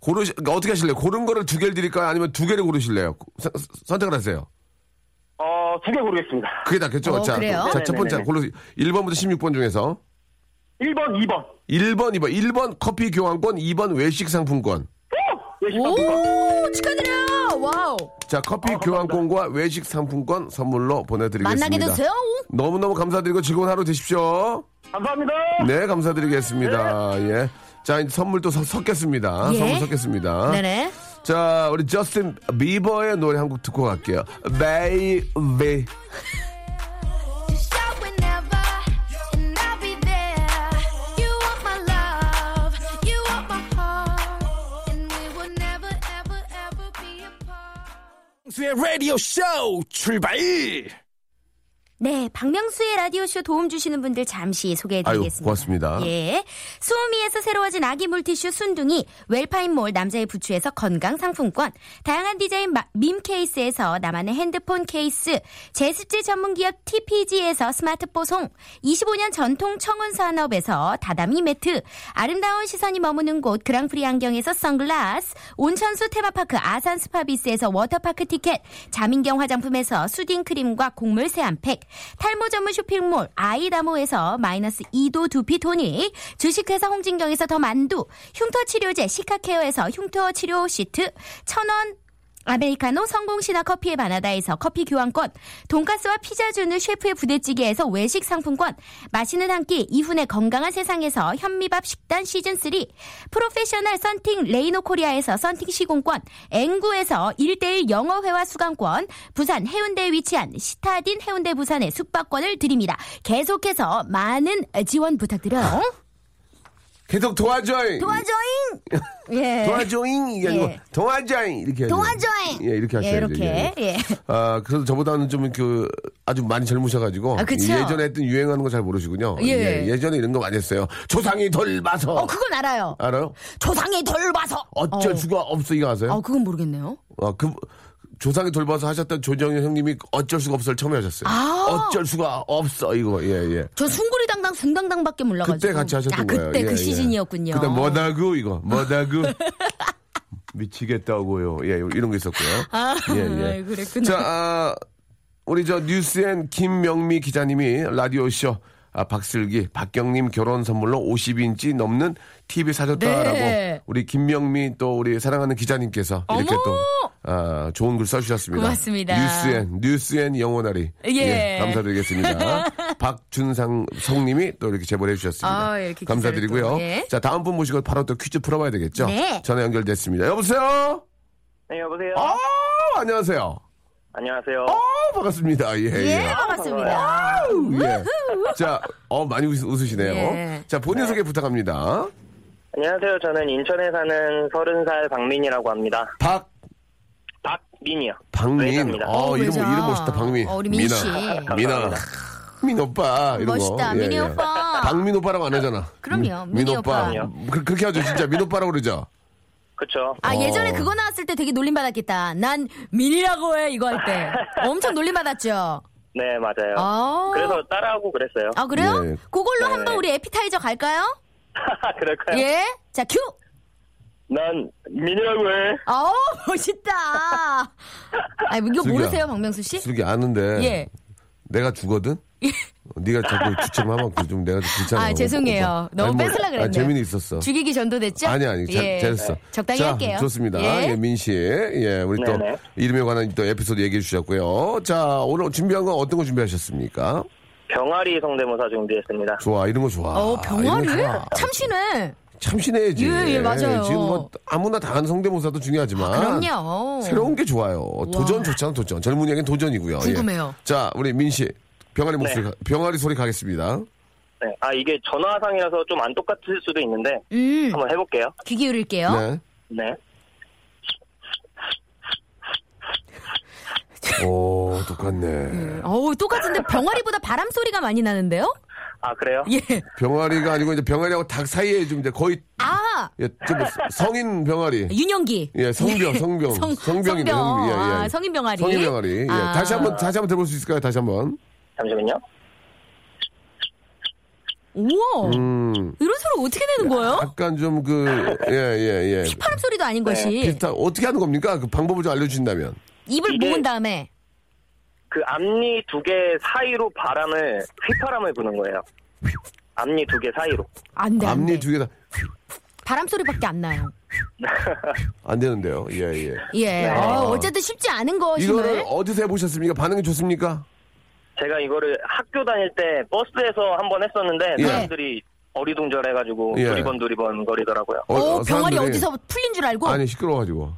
S1: 고르시 그러니까 어떻게 하실래요? 고른 거를 두 개를 드릴까요? 아니면 두 개를 고르실래요? 고- 선- 선택을 하세요.
S5: 어, 두 개 고르겠습니다.
S1: 그게 낫겠죠?
S4: 어,
S1: 자,
S4: 그래요?
S1: 자, 첫 번째
S5: 네네네네.
S1: 고르 1번부터 16번 중에서
S5: 1번, 2번.
S1: 1번, 2번. 1번 커피 교환권, 2번 외식 상품권.
S5: 예,
S4: 오, 축하드려요! 와우!
S1: 자, 커피 교환권과 외식 상품권 선물로 보내드리겠습니다.
S4: 어, 만나게 되세요!
S1: 너무너무 감사드리고 즐거운 하루 되십시오.
S5: 감사합니다.
S1: 네, 감사드리겠습니다. 예. 자, 이제 선물 또 섞- 섞겠습니다.
S4: 네. 예.
S1: 선물 섞겠습니다.
S4: 네네.
S1: 자, 우리 저스틴 비버의 노래 한 곡 듣고 갈게요. 베이비.
S4: 네,
S3: 박명수의 라디오 쇼 출발!
S4: 네, 박명수의 라디오쇼 도움 주시는 분들 잠시 소개해드리겠습니다.
S1: 아유, 고맙습니다.
S4: 예. 수오미에서 새로워진 아기 물티슈 순둥이, 웰파인몰 남자의 부추에서 건강 상품권, 다양한 디자인 마- 밈 케이스에서 나만의 핸드폰 케이스, 제습제 전문 기업 TPG에서 스마트 뽀송, 25년 전통 청운 산업에서 다다미 매트, 아름다운 시선이 머무는 곳 그랑프리 안경에서 선글라스, 온천수 테마파크 아산 스파비스에서 워터파크 티켓, 자민경 화장품에서 수딩 크림과 곡물 세안팩, 탈모 전문 쇼핑몰 아이다모에서 마이너스 2도 두피 토닉, 주식회사 홍진경에서 더 만두, 흉터 치료제 시카케어에서 흉터 치료 시트, 천원 아메리카노 성공신화 커피의 바나다에서 커피 교환권, 돈가스와 피자 주는 셰프의 부대찌개에서 외식 상품권, 맛있는 한 끼 이훈의 건강한 세상에서 현미밥 식단 시즌3, 프로페셔널 썬팅 레이노 코리아에서 썬팅 시공권, 앵구에서 1대1 영어회화 수강권, 부산 해운대에 위치한 시타딘 해운대 부산의 숙박권을 드립니다. 계속해서 많은 지원 부탁드려요.
S1: 계속 도와줘잉.
S4: 도와줘잉! [LAUGHS] 예.
S1: 도와줘잉. 이게 아니고
S4: 예.
S1: 도와줘잉. 이렇게 해야 돼요.
S4: 도와줘잉!
S1: 예, 이렇게 하셔야
S4: 예,
S1: 돼요.
S4: 이렇게. 예.
S1: 아, 그래서 저보다는 좀 그 아주 많이 젊으셔가지고
S4: 아, 그쵸?
S1: 예전에 했던 유행하는 거 잘 모르시군요.
S4: 예.
S1: 예, 전에 이런 거 많이 했어요. 조상이 덜 봐서
S4: 어, 그건 알아요.
S1: 알아요?
S4: 조상이 덜 봐서.
S1: 어쩔
S4: 어.
S1: 수가 없어 이거 아세요?
S4: 아, 그건 모르겠네요.
S1: 아, 그 조상이 돌봐서 하셨던 조정현 형님이 어쩔 수가 없어를 처음에 하셨어요.
S4: 아.
S1: 어쩔 수가 없어 이거 예 예.
S4: 전 숭구리당당 숭당당밖에 몰라가지고.
S1: 그때 같이 하셨던
S4: 아,
S1: 거예요.
S4: 그때
S1: 예,
S4: 그
S1: 예.
S4: 시즌이었군요.
S1: 그때 뭐다구 이거
S4: [LAUGHS]
S1: 뭐다구 미치겠다고요. 예 이런 게 있었고요.
S4: 아, [LAUGHS]
S1: 예, 예.
S4: 그랬구나.
S1: 자 아, 우리 저 뉴스엔 김명미 기자님이 라디오 쇼. 아, 박슬기, 박경림 결혼 선물로 50인치 넘는 TV 사줬다라고
S4: 네.
S1: 우리 김명미 또 우리 사랑하는 기자님께서 이렇게
S4: 어머!
S1: 또 아, 좋은 글 써주셨습니다.
S4: 고맙습니다.
S1: 뉴스엔, 뉴스엔 영원하리.
S4: 예. [LAUGHS]
S1: 감사드리겠습니다. 박준상 성님이 또 이렇게 제보를 해주셨습니다.
S4: 아, 이렇게 기사를
S1: 감사드리고요.
S4: 또, 예.
S1: 자, 다음 분 모시고 바로 또 퀴즈 풀어봐야 되겠죠?
S4: 네.
S1: 전화 연결됐습니다. 여보세요?
S5: 네, 여보세요.
S1: 어, 안녕하세요. 어,
S5: 안녕하세요.
S1: 반갑습니다. 예,
S4: 예,
S1: 예.
S4: 반갑습니다.
S1: 예. 자, 어, 많이 웃, 으시네요
S4: 예.
S1: 자, 본인 소개 부탁합니다.
S5: 안녕하세요. 저는 인천에 사는 30살 박민이라고 합니다.
S1: 박,
S5: 박민이요.
S1: 박민.
S5: 외자입니다.
S1: 어,
S4: 어,
S1: 이름,
S4: 외자.
S1: 이름 멋있다, 박민.
S4: 어, 우리 민 씨.
S1: 미나. 민 오빠. 이런
S4: 멋있다,
S1: 거. 예,
S4: 미니
S1: 예.
S4: 오빠.
S1: 박민 오빠라고 안 하잖아.
S4: 그럼요,
S1: 음,
S4: 미니 오빠.
S1: 그, 그렇게 하죠, 진짜. 민 오빠라고 그러죠.
S5: 그쵸.
S4: 아, 예전에
S1: 어.
S4: 그거 나왔을 때 되게 놀림받았겠다. 난 민이라고 해, 이거 할 때. 엄청 놀림받았죠?
S5: 네, 맞아요.
S4: 아.
S5: 그래서 따라하고 그랬어요. [LAUGHS]
S4: 아, 그래요?
S1: 예.
S4: 그걸로 한번 우리 에피타이저 갈까요?
S5: 그럴까요?
S4: 예. 자, 큐!
S5: 난 민이라고 해.
S4: 아우, 멋있다. 아, 이거
S1: 슬기야. 네.
S4: 모르세요, 박명수 씨?
S1: 슬기 아는데.
S4: 예.
S1: 내가 주거든? 네가 자꾸 주책하면 그 좀 내가 좀 귀찮아.
S4: 아, 죄송해요. 너무
S1: 아니, 네, 뭐,
S4: 뺏으려고
S1: 아,
S4: 그랬네요.
S1: 재미는 있었어.
S4: 죽이기 전도됐죠?
S1: 아니 아니 잘,
S4: 예.
S1: 잘했어.
S4: 적당히
S1: 자,
S4: 할게요.
S1: 좋습니다.
S4: 예.
S1: 예, 민 씨, 예 우리 또
S5: 네네.
S1: 이름에 관한 또 에피소드 얘기해 주셨고요. 자 오늘 준비한 건 어떤 거 준비하셨습니까?
S5: 병아리 성대모사 준비했습니다.
S1: 좋아 이런 거 좋아.
S4: 어,
S1: 이런
S4: 병아리?
S1: 거 좋아.
S4: 참신해.
S1: 참신해야지.
S4: 예, 예, 맞아요. 아,
S1: 지금 뭐 아무나 다 하는 성대모사도 중요하지만
S4: 그럼요.
S1: 아. 새로운 게 좋아요. 도전 좋잖아 도전. 젊은이에겐 도전이고요. 예.
S4: 궁금해요.
S5: 네.
S1: 자 우리 민 씨. 병아리 목소리, 가- 병아리 소리 가겠습니다.
S7: 네. 아, 이게 전화상이라서 좀 안 똑같을 수도 있는데,
S4: 음,
S7: 한번 해볼게요.
S4: 귀 기울일게요.
S1: 네.
S7: 네.
S1: 오, 똑같네.
S4: 어우, 똑같은데 병아리보다 바람 소리가 많이 나는데요?
S7: 아, 그래요?
S4: 예.
S1: 병아리가 아니고 이제 병아리하고 닭 사이에 좀 이제 거의
S4: 아,
S1: 예, 좀 성인 병아리.
S4: 윤영기.
S1: 예, 성병, 성병.
S4: 성,
S1: 성병이네,
S4: 성병.
S1: 성병. 예, 예.
S4: 아, 성인 병아리.
S1: 성인 병아리. 예.
S4: 아.
S1: 다시 한번 다시 한번 들어볼 수 있을까요? 다시 한번.
S7: 잠시만요.
S4: 우와.
S1: 음.
S4: 이런 소리 어떻게 내는 거예요?
S1: 약간 좀 그 예, 예, 예.
S4: 바람 소리도 아닌 것이.
S1: 비슷한 어떻게 하는 겁니까? 그 방법을 좀 알려 주신다면.
S4: 입을
S7: 이게-
S4: 모은 다음에.
S7: 그 앞니 두 개 사이로 바람을, 휘파람을 부는 거예요. 앞니 두 개 사이로.
S4: 안 돼, 네, 안
S1: 앞니
S4: 돼.
S1: 두 개 다
S4: 바람 소리밖에 안 나요.
S1: 안 되는데요. 예, 예.
S4: 예. 어, 어쨌든 쉽지 않은
S1: 이거를
S4: 것임을.
S1: 어디서 해 보셨습니까? 반응이 좋습니까?
S7: 제가 이거를 학교 다닐 때 버스에서 한번 했었는데,
S1: 예.
S4: 네.
S7: 사람들이 어리둥절해가지고
S1: 예.
S7: 두리번 두리번 거리더라고요.
S1: 어,
S4: 오,
S1: 어,
S4: 병아리
S1: 사람들이-
S4: 어디서 풀린 줄 알고.
S1: 아니
S4: [LAUGHS]
S1: 시끄러워가지고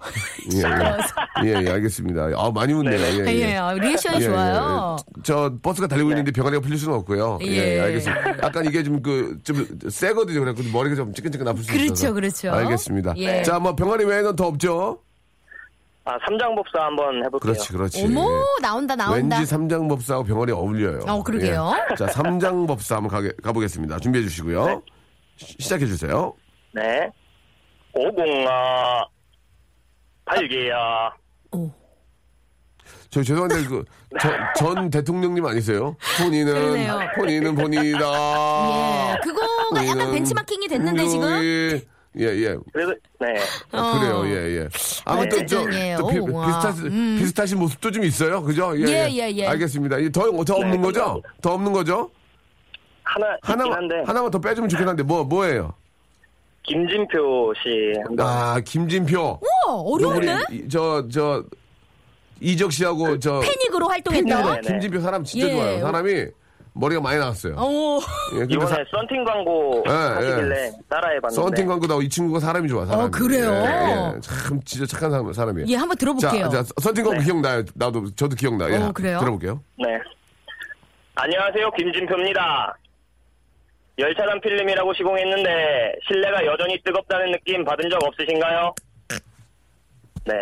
S1: 예, 예. 예, 예, 알겠습니다. 아 많이 웃네요. 예, 예.
S4: 예, 어, 리액션이
S1: 예,
S4: 좋아요. 네.
S1: 예, 예. 저 버스가 달리고 있는데 병아리가 풀릴 수는 없고요. 예,
S4: 예.
S1: 알겠습니다. 약간 이게 좀 그 좀 세거든요. 그래서 머리가 좀 찌끈찌끈 아플 수
S4: 그렇죠,
S1: 있어서.
S4: 그렇죠.
S1: 알겠습니다.
S4: 예.
S1: 자, 뭐 병아리 외에는 더 없죠?
S7: 아, 삼장법사 한번 해볼게요.
S1: 그렇지, 그렇지.
S4: 어머,
S1: 예.
S4: 나온다, 나온다.
S1: 왠지 삼장법사하고 병아리 어울려요.
S4: 어, 그러게요.
S1: 예. 자, 삼장법사 한번 가게, 가보겠습니다. 준비해 주시고요.
S4: 네.
S1: 시- 시작해 주세요.
S7: 네. 오공아, 발개야.
S1: 저 죄송한데
S4: [LAUGHS]
S1: 그전 대통령님 아니세요? 본인은
S4: 그러네요.
S1: 본인은 어, 본이다.
S4: [LAUGHS] 예. 그거가 약간
S1: 본인은
S4: 벤치마킹이 됐는데, 지금.
S1: 분명히- 예, 예.
S7: 그래서, 네.
S1: 아,
S4: 어.
S1: 그래요, 예, 예. 아무튼 저,
S4: 어쨌든, 예,
S1: 또 비,
S4: 오, 와. 음.
S1: 비슷하신, 비슷하신 모습도 좀 있어요, 그죠?
S4: 예, 예, 예.
S1: 알겠습니다. 이 더, 더 없는
S7: 네,
S1: 거죠?
S7: 감사합니다.
S1: 더 없는 거죠?
S7: 하나, 있긴
S1: 하나만,
S7: 한데,
S1: 하나만 더 빼주면 좋긴 한데, 뭐, 뭐예요?
S7: 김진표 씨 한번.
S1: 아, 김진표.
S4: 어,
S1: 우리,
S4: 어려운데?
S1: 이- 저, 저, 이적 씨하고 저.
S4: 패닉으로 활동했던.
S7: 네네.
S1: 김진표 사람 진짜
S4: 아, 예.
S1: 좋아요. 사람이 머리가 많이 나왔어요.
S4: 오,
S1: 예, 근데
S7: 이번에 네.
S1: 사-
S7: 썬팅 광고
S1: 예,
S7: 하시길래
S1: 예.
S7: 따라해봤는데.
S1: 썬팅 광고 나고 이 친구가 사람이 좋아, 사람.
S4: 어, 그래요?
S1: 예, 예. 참, 진짜 착한 사람, 사람이에요.
S4: 예, 한번 들어볼게요.
S1: 자, 자 썬팅 광고
S7: 네.
S1: 기억나요. 나도, 저도 기억나요. 예,
S4: 어, 그래요?
S1: 들어볼게요.
S7: 네. 안녕하세요, 김진표입니다. 열차단 필름이라고 시공했는데 실내가 여전히 뜨겁다는 느낌 받은 적 없으신가요? 네.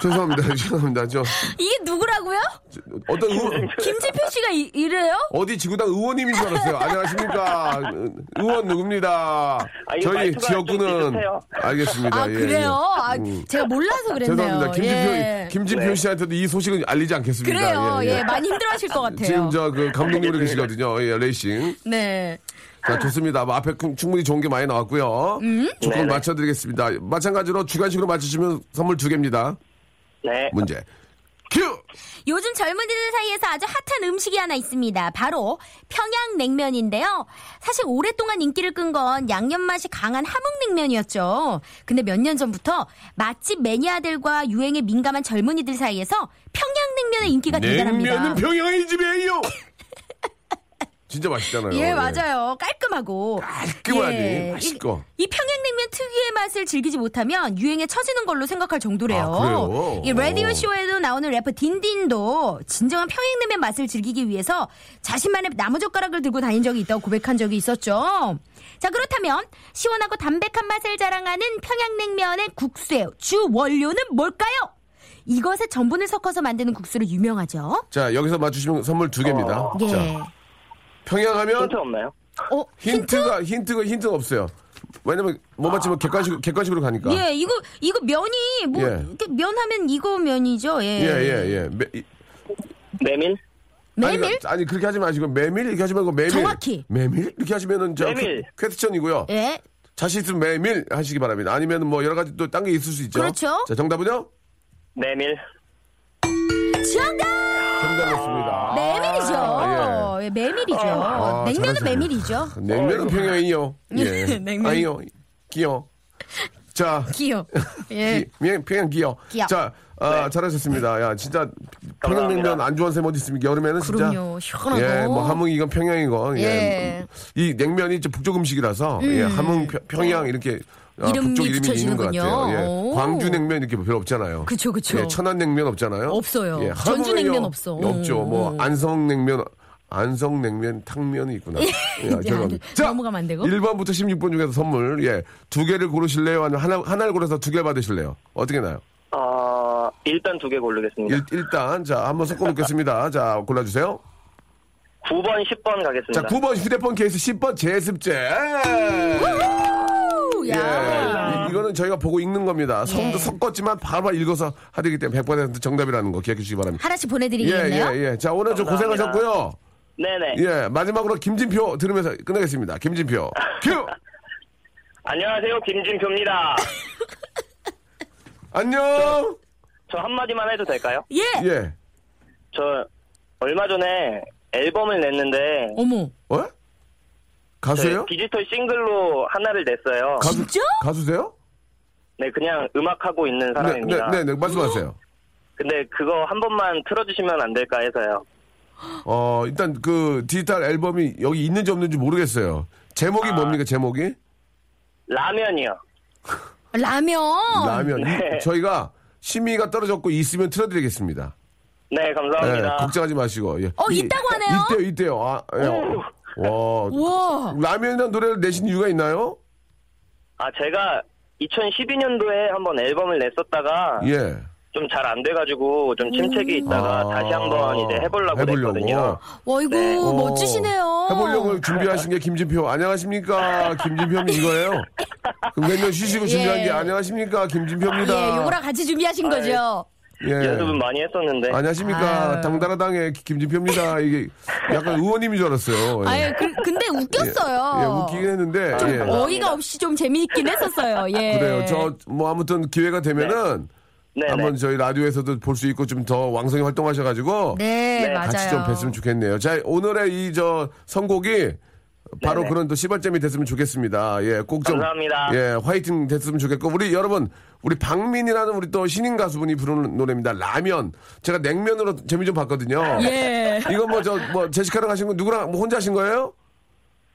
S1: 죄송합니다. [LAUGHS] 죄송합니다. 저,
S4: 이게 누구라고요?
S1: 저 어떤
S7: 네,
S1: 의원,
S4: 김진표 씨가 이, 이래요?
S1: 어디 지구당 의원님인 줄 알았어요. 안녕하십니까. 의원 누굽니다.
S7: 아, 이거
S1: 저희
S7: 말투가 좀
S1: 지역구는
S7: 비슷해요.
S1: 알겠습니다.
S4: 아,
S1: 예,
S4: 그래요?
S1: 예.
S4: 아, 제가 몰라서 그랬네요.
S1: 죄송합니다. 김진표,
S4: 예.
S7: 네.
S1: 김진표 씨한테도 이 소식은 알리지 않겠습니다.
S4: 그래요. 예, 많이 힘들어하실 것 같아요.
S1: 지금 저 그 감독님으로 계시거든요. 예, 레이싱.
S4: 네.
S1: 자, 좋습니다. 뭐 앞에 그- 충분히 좋은 게 많이 나왔고요.
S4: 음?
S1: 조금
S7: 네네.
S1: 맞춰드리겠습니다. 마찬가지로 주간식으로 맞추시면 선물 두 개입니다.
S7: 네.
S1: 문제. 큐!
S4: 요즘 젊은이들 사이에서 아주 핫한 음식이 하나 있습니다. 바로 평양냉면인데요. 사실 오랫동안 인기를 끈 건 양념 맛이 강한 함흥냉면이었죠. 근데 몇 년 전부터 맛집 매니아들과 유행에 민감한 젊은이들 사이에서 평양냉면의 인기가 대단합니다.
S1: 냉면은 평양의
S4: [LAUGHS]
S1: 집이에요! 진짜 맛있잖아요.
S4: 예, 맞아요. 깔끔하고.
S1: 어,
S4: 예.
S1: 깔끔하니, 맛있고.
S4: 이, 이 평양냉면 특유의 맛을 즐기지 못하면 유행에 처지는 걸로 생각할 정도래요.
S1: 아, 그래요? 어.
S4: 이 라디오
S1: 오.
S4: 쇼에도 나오는 래퍼 딘딘도 진정한 평양냉면 맛을 즐기기 위해서 자신만의 나무젓가락을 들고 다닌 적이 있다고 고백한 적이 있었죠. 자, 그렇다면 시원하고 담백한 맛을 자랑하는 평양냉면의 국수의 주 원료는 뭘까요? 이것에 전분을 섞어서 만드는 국수로 유명하죠.
S1: 자, 여기서 맞추시면 선물 두 개입니다.
S4: 예.
S1: 자, 평양하면
S7: 힌트 없나요?
S4: 어,
S1: 힌트가, 힌트가, 힌트가 없어요. 왜냐면 못 맞추면 객관식, 객관식으로 가니까.
S4: 아. 예, 이거 이거 면이 뭐
S1: 그러니까. 예.
S4: 이렇게 면하면 이거 면이죠. 예.
S1: 예, 예, 예. 매- 이-
S7: 메밀?
S1: 아니,
S4: 메밀?
S1: 아니, 그렇게 하지 마시고, 메밀? 이렇게 하지 말고, 메밀.
S4: 정확히.
S1: 메밀? 이렇게 하시면은, 저,
S7: 메밀.
S1: 퀘- 퀘스천이고요.
S4: 예.
S1: 자신 있으면 메밀 하시기 바랍니다. 아니면 뭐 여러 가지 또 딴 게 있을 수 있죠.
S4: 그렇죠.
S1: 자, 정답은요?
S7: 메밀.
S4: 정답!
S1: 정답이었습니다.
S4: 메밀이죠.
S1: 아,
S4: 예, 메밀이죠.
S1: 아,
S4: 냉면은
S1: 잘하시네요. 아,
S4: 어, 메밀이죠.
S1: 냉면은 평양이요. 예.
S4: [LAUGHS] 냉면.
S1: 아니요. 기요. 자.
S4: 기요. 예.
S1: 기- 예, 평양 기요.
S4: 기요. 네.
S1: 자, 아, 잘하셨습니다. 야, 진짜 평양냉면 안 좋아하는 사람 어디 있습니까? 여름에는 진짜.
S4: 그럼요. 시원하고.
S1: 예, 뭐 함흥이건 평양이건. 예.
S4: 예.
S1: 이 냉면이 이제 북쪽 음식이라서 예, 함흥 평- 평양 이렇게 아,
S4: 어. 이름이
S1: 북쪽 이름이 있는 것 같아요.
S4: 붙여지는군요.
S1: 예. 광주 냉면 이렇게 별로 없잖아요.
S4: 그쵸, 그쵸.
S1: 예, 천안 냉면 없잖아요.
S4: 없어요.
S1: 예,
S4: 전주
S1: 함흥이요.
S4: 냉면 없어.
S1: 없죠.
S4: 음.
S1: 뭐 안성 냉면 안성냉면 탕면이 있구나.
S4: [LAUGHS]
S1: 예,
S4: 네,
S1: 죄송합니다.
S4: 안-
S1: 자,
S4: 넘어가면 안 되고.
S1: 1번부터 16번 중에서 선물, 예. 두 개를 고르실래요? 아니면 하나, 하나를 고르서 두 개 받으실래요? 어떻게 나요?
S7: 아, 일단 두 개 고르겠습니다.
S1: 일, 일단, 자, 한번 섞어 놓겠습니다. 자, 골라주세요.
S7: 9번, 10번 가겠습니다.
S1: 자, 9번 휴대폰 케이스 10번 제습제.
S4: 오,
S1: 예.
S4: 음, 야.
S1: 이- 이거는 저희가 보고 읽는 겁니다.
S4: 예.
S1: 성도 섞었지만 바로 읽어서 하되기 때문에 100% 정답이라는 거 기억해 주시기 바랍니다.
S4: 하나씩
S1: 예,
S4: 보내드리겠네요.
S1: 예, 예. 자, 오늘 좀
S7: 감사합니다.
S1: 고생하셨고요.
S7: 네네.
S1: 예, 마지막으로 김진표 들으면서 끝내겠습니다. 김진표. 큐!
S7: 안녕하세요, [LAUGHS] 김진표입니다.
S1: 안녕!
S7: 저 한마디만 해도 될까요?
S4: 예.
S1: 예.
S7: 저 얼마 전에 앨범을 냈는데
S4: 어머.
S1: 어?
S7: 저희
S1: 가수예요?
S7: 디지털 싱글로 하나를 냈어요.
S1: 가수,
S4: 진짜?
S1: 가수세요?
S7: 네, 그냥 음악하고 있는
S1: 네, 네,
S7: 사람입니다.
S1: 네, 네, 말씀하세요.
S7: 근데 그거 한 번만 틀어주시면 안 될까 해서요.
S1: 어, 일단 그 디지털 앨범이 여기 있는지 없는지 모르겠어요.
S7: 아.
S1: 제목이 뭡니까, 제목이?
S7: 라면이요.
S4: 라면.
S1: 라면.
S7: 네.
S1: 이- 저희가 심의가 떨어졌고 있으면 틀어드리겠습니다.
S7: 네, 감사합니다.
S1: 예, 걱정하지 마시고. 예.
S4: 어,
S1: 이-
S4: 있다고 하네요.
S1: 있대요, 있대요. 아, 예. 와.
S4: 우와.
S1: 라면이라는 노래를 내신 이유가 있나요?
S7: 아, 제가 2012년도에 한번 앨범을 냈었다가
S1: 예.
S7: 좀 잘 안 돼가지고 좀 침체기 있다가
S1: 아.
S7: 다시 한번 이제 해보려고
S1: 해보려고.
S7: 했거든요.
S4: 어이구
S1: 어,
S4: 멋지시네요.
S1: 해보려고 준비하신 게 김진표. 안녕하십니까. 김진표님 이거예요. 그럼 몇년 쉬시고 준비한
S4: 예.
S1: 게 안녕하십니까. 김진표입니다.
S4: 예, 요거랑 같이 준비하신 거죠.
S1: 예.
S7: 연습은 많이 했었는데
S1: 안녕하십니까.
S4: 아유.
S1: 당다라당의 김진표입니다. 이게 약간 의원님인 줄 알았어요. 예.
S4: 아유, 그- 근데 웃겼어요.
S1: 예, 웃기긴 했는데.
S7: 좀
S1: 예.
S7: 감사합니다.
S4: 어이가 없이 좀 재미있긴 했었어요. 예.
S1: 그래요. 저, 뭐, 아무튼 기회가 되면은
S7: 네네.
S1: 한번 저희 라디오에서도 볼 수 있고 좀 더 왕성히 활동하셔가지고
S4: 네,
S7: 네,
S4: 맞아요.
S1: 같이 좀 뵀으면 좋겠네요. 자, 오늘의 이 저 선곡이 바로
S7: 네네.
S1: 그런 또 시발점이 됐으면 좋겠습니다. 예, 꼭 좀.
S7: 감사합니다.
S1: 예, 화이팅 됐으면 좋겠고. 우리 여러분, 우리 박민이라는 우리 또 신인 가수분이 부르는 노래입니다. 라면. 제가 냉면으로 재미 좀 봤거든요. [LAUGHS]
S4: 예.
S1: 이건 뭐 저, 뭐 제시카랑 하신 거 누구랑 뭐 혼자 하신 거예요?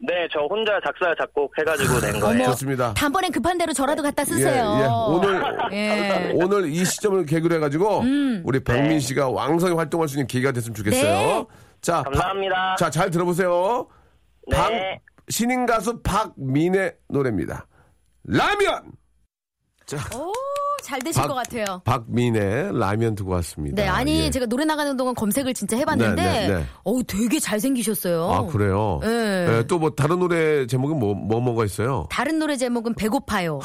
S7: 네, 저 혼자 작사 작곡 해가지고 낸
S2: 아, 네.
S7: 거예요.
S1: 좋습니다.
S4: 뭐 단번엔 급한 대로 저라도 갖다
S1: 예,
S4: 쓰세요.
S1: 예. 오늘.
S4: 예.
S1: 오늘 이 시점을 계기로 해가지고
S7: 네.
S1: 우리 박민 씨가 왕성히 활동할 수 있는 기회가 됐으면 좋겠어요.
S4: 음. 네.
S1: 자,
S7: 감사합니다.
S1: 자, 잘 들어보세요.
S7: 네.
S1: 박, 신인 가수 박민의 노래입니다. 라면!
S4: 오, 잘 되실
S1: 박-
S4: 것 같아요.
S1: 박민의 라면 듣고 왔습니다.
S4: 네, 아니
S1: 예.
S4: 제가 노래 나가는 동안 검색을 진짜 해봤는데,
S1: 네, 네, 네.
S4: 어우 되게 잘 생기셨어요.
S1: 아, 그래요?
S4: 예.
S1: 또 뭐 다른 노래 제목은 뭐, 뭐, 뭐가 있어요?
S4: 다른 노래 제목은 배고파요.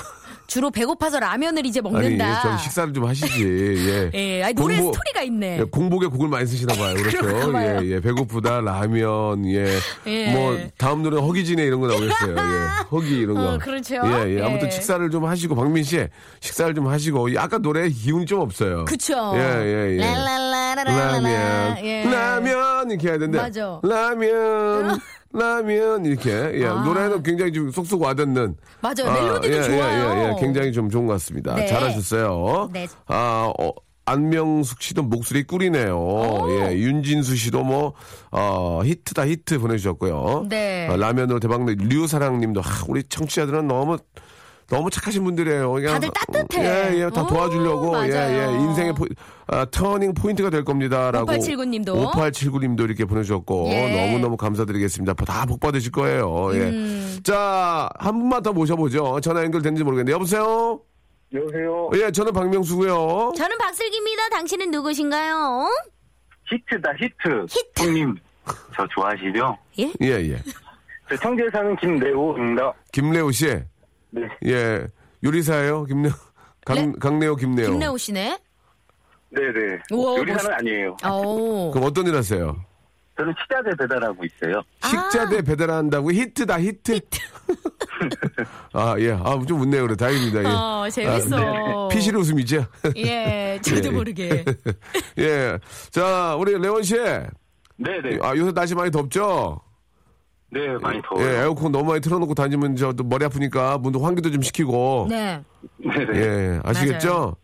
S4: 주로 배고파서 라면을 이제 먹는다.
S1: 아니, 예, 저 식사를 좀 하시지. 예.
S4: 예, 아니, 노래에 스토리가 있네.
S1: 예, 공복에 국을 많이 쓰시나 봐요. 그렇죠.
S4: 그런가 봐요.
S1: 예, 예. 배고프다, 라면, 예.
S4: 예.
S1: 뭐, 다음 노래 허기지네 이런 거 나오겠어요. 예. 허기 이런 거.
S4: 어, 그렇죠.
S1: 예, 예. 아무튼
S4: 예.
S1: 식사를 좀 하시고, 박민 씨, 식사를 좀 하시고, 이 아까 노래 기운이 좀 없어요.
S4: 그쵸.
S1: 예, 예, 예.
S4: 랄랄라라라라.
S1: 라면,
S4: 예.
S1: 라면 이렇게 해야 되는데
S4: 맞아.
S1: 라면, 라면 이렇게 예, 노래는 굉장히 좀 쏙쏙 와닿는
S4: 아. 맞아요. 멜로디도
S1: 예, 예,
S4: 좋아요.
S1: 예, 예, 굉장히 좀 좋은 것 같습니다.
S4: 네.
S1: 잘하셨어요.
S4: 네.
S1: 아 어, 안명숙 씨도 목소리 꿀이네요. 예, 윤진수 씨도 뭐 어, 히트다 히트 보내주셨고요.
S4: 네.
S1: 아, 라면으로 대박난 류사랑님도 아, 우리 청취자들은 너무 너무 착하신 분들이에요. 그냥
S4: 다들 따뜻해.
S1: 예, 예, 다
S4: 오,
S1: 도와주려고. 예, 예,
S4: 맞아요.
S1: 인생의 포, 아, 터닝 포인트가 될 겁니다라고.
S4: 5879 님도.
S1: 5879 님도 이렇게 보내주셨고
S4: 예.
S1: 너무 너무 감사드리겠습니다. 다 복 받으실 거예요. 예.
S4: 음.
S1: 자, 한 분만 더 모셔보죠. 전화 연결되는지 모르겠는데 여보세요.
S2: 여보세요.
S1: 예, 저는 박명수고요.
S4: 저는 박슬기입니다. 당신은 누구신가요?
S2: 히트다 히트. 히트. 형님 저 좋아하시죠?
S1: 예, 예.
S2: 저 청주에 사는 김래우입니다.
S1: 김래호 씨.
S2: 네.
S1: 예, 요리사예요. 김래 강 강래호 김래호.
S4: 김래호 씨네.
S2: 네네.
S4: 우와,
S2: 요리사는 아니에요.
S4: 오.
S1: 그럼 어떤 일 하세요?
S2: 저는 식자재 배달하고 있어요.
S4: 아.
S1: 식자재 배달한다고 히트다 히트. [LAUGHS] 아 예, 아 좀 웃네요 그래 다행입니다. 예.
S4: 어, 재밌어.
S1: 아, 피실 웃음이죠.
S4: 예, 저도 모르게.
S1: 예, 자 우리 레원 씨, 아
S2: 네네.
S1: 요새 날씨 많이 덥죠?
S2: 네 많이
S1: 예,
S2: 더워요.
S1: 에어컨 너무 많이 틀어놓고 다니면 저또 머리 아프니까 문도 환기도 좀 시키고.
S4: 네.
S2: 네네.
S1: 예, 아시겠죠?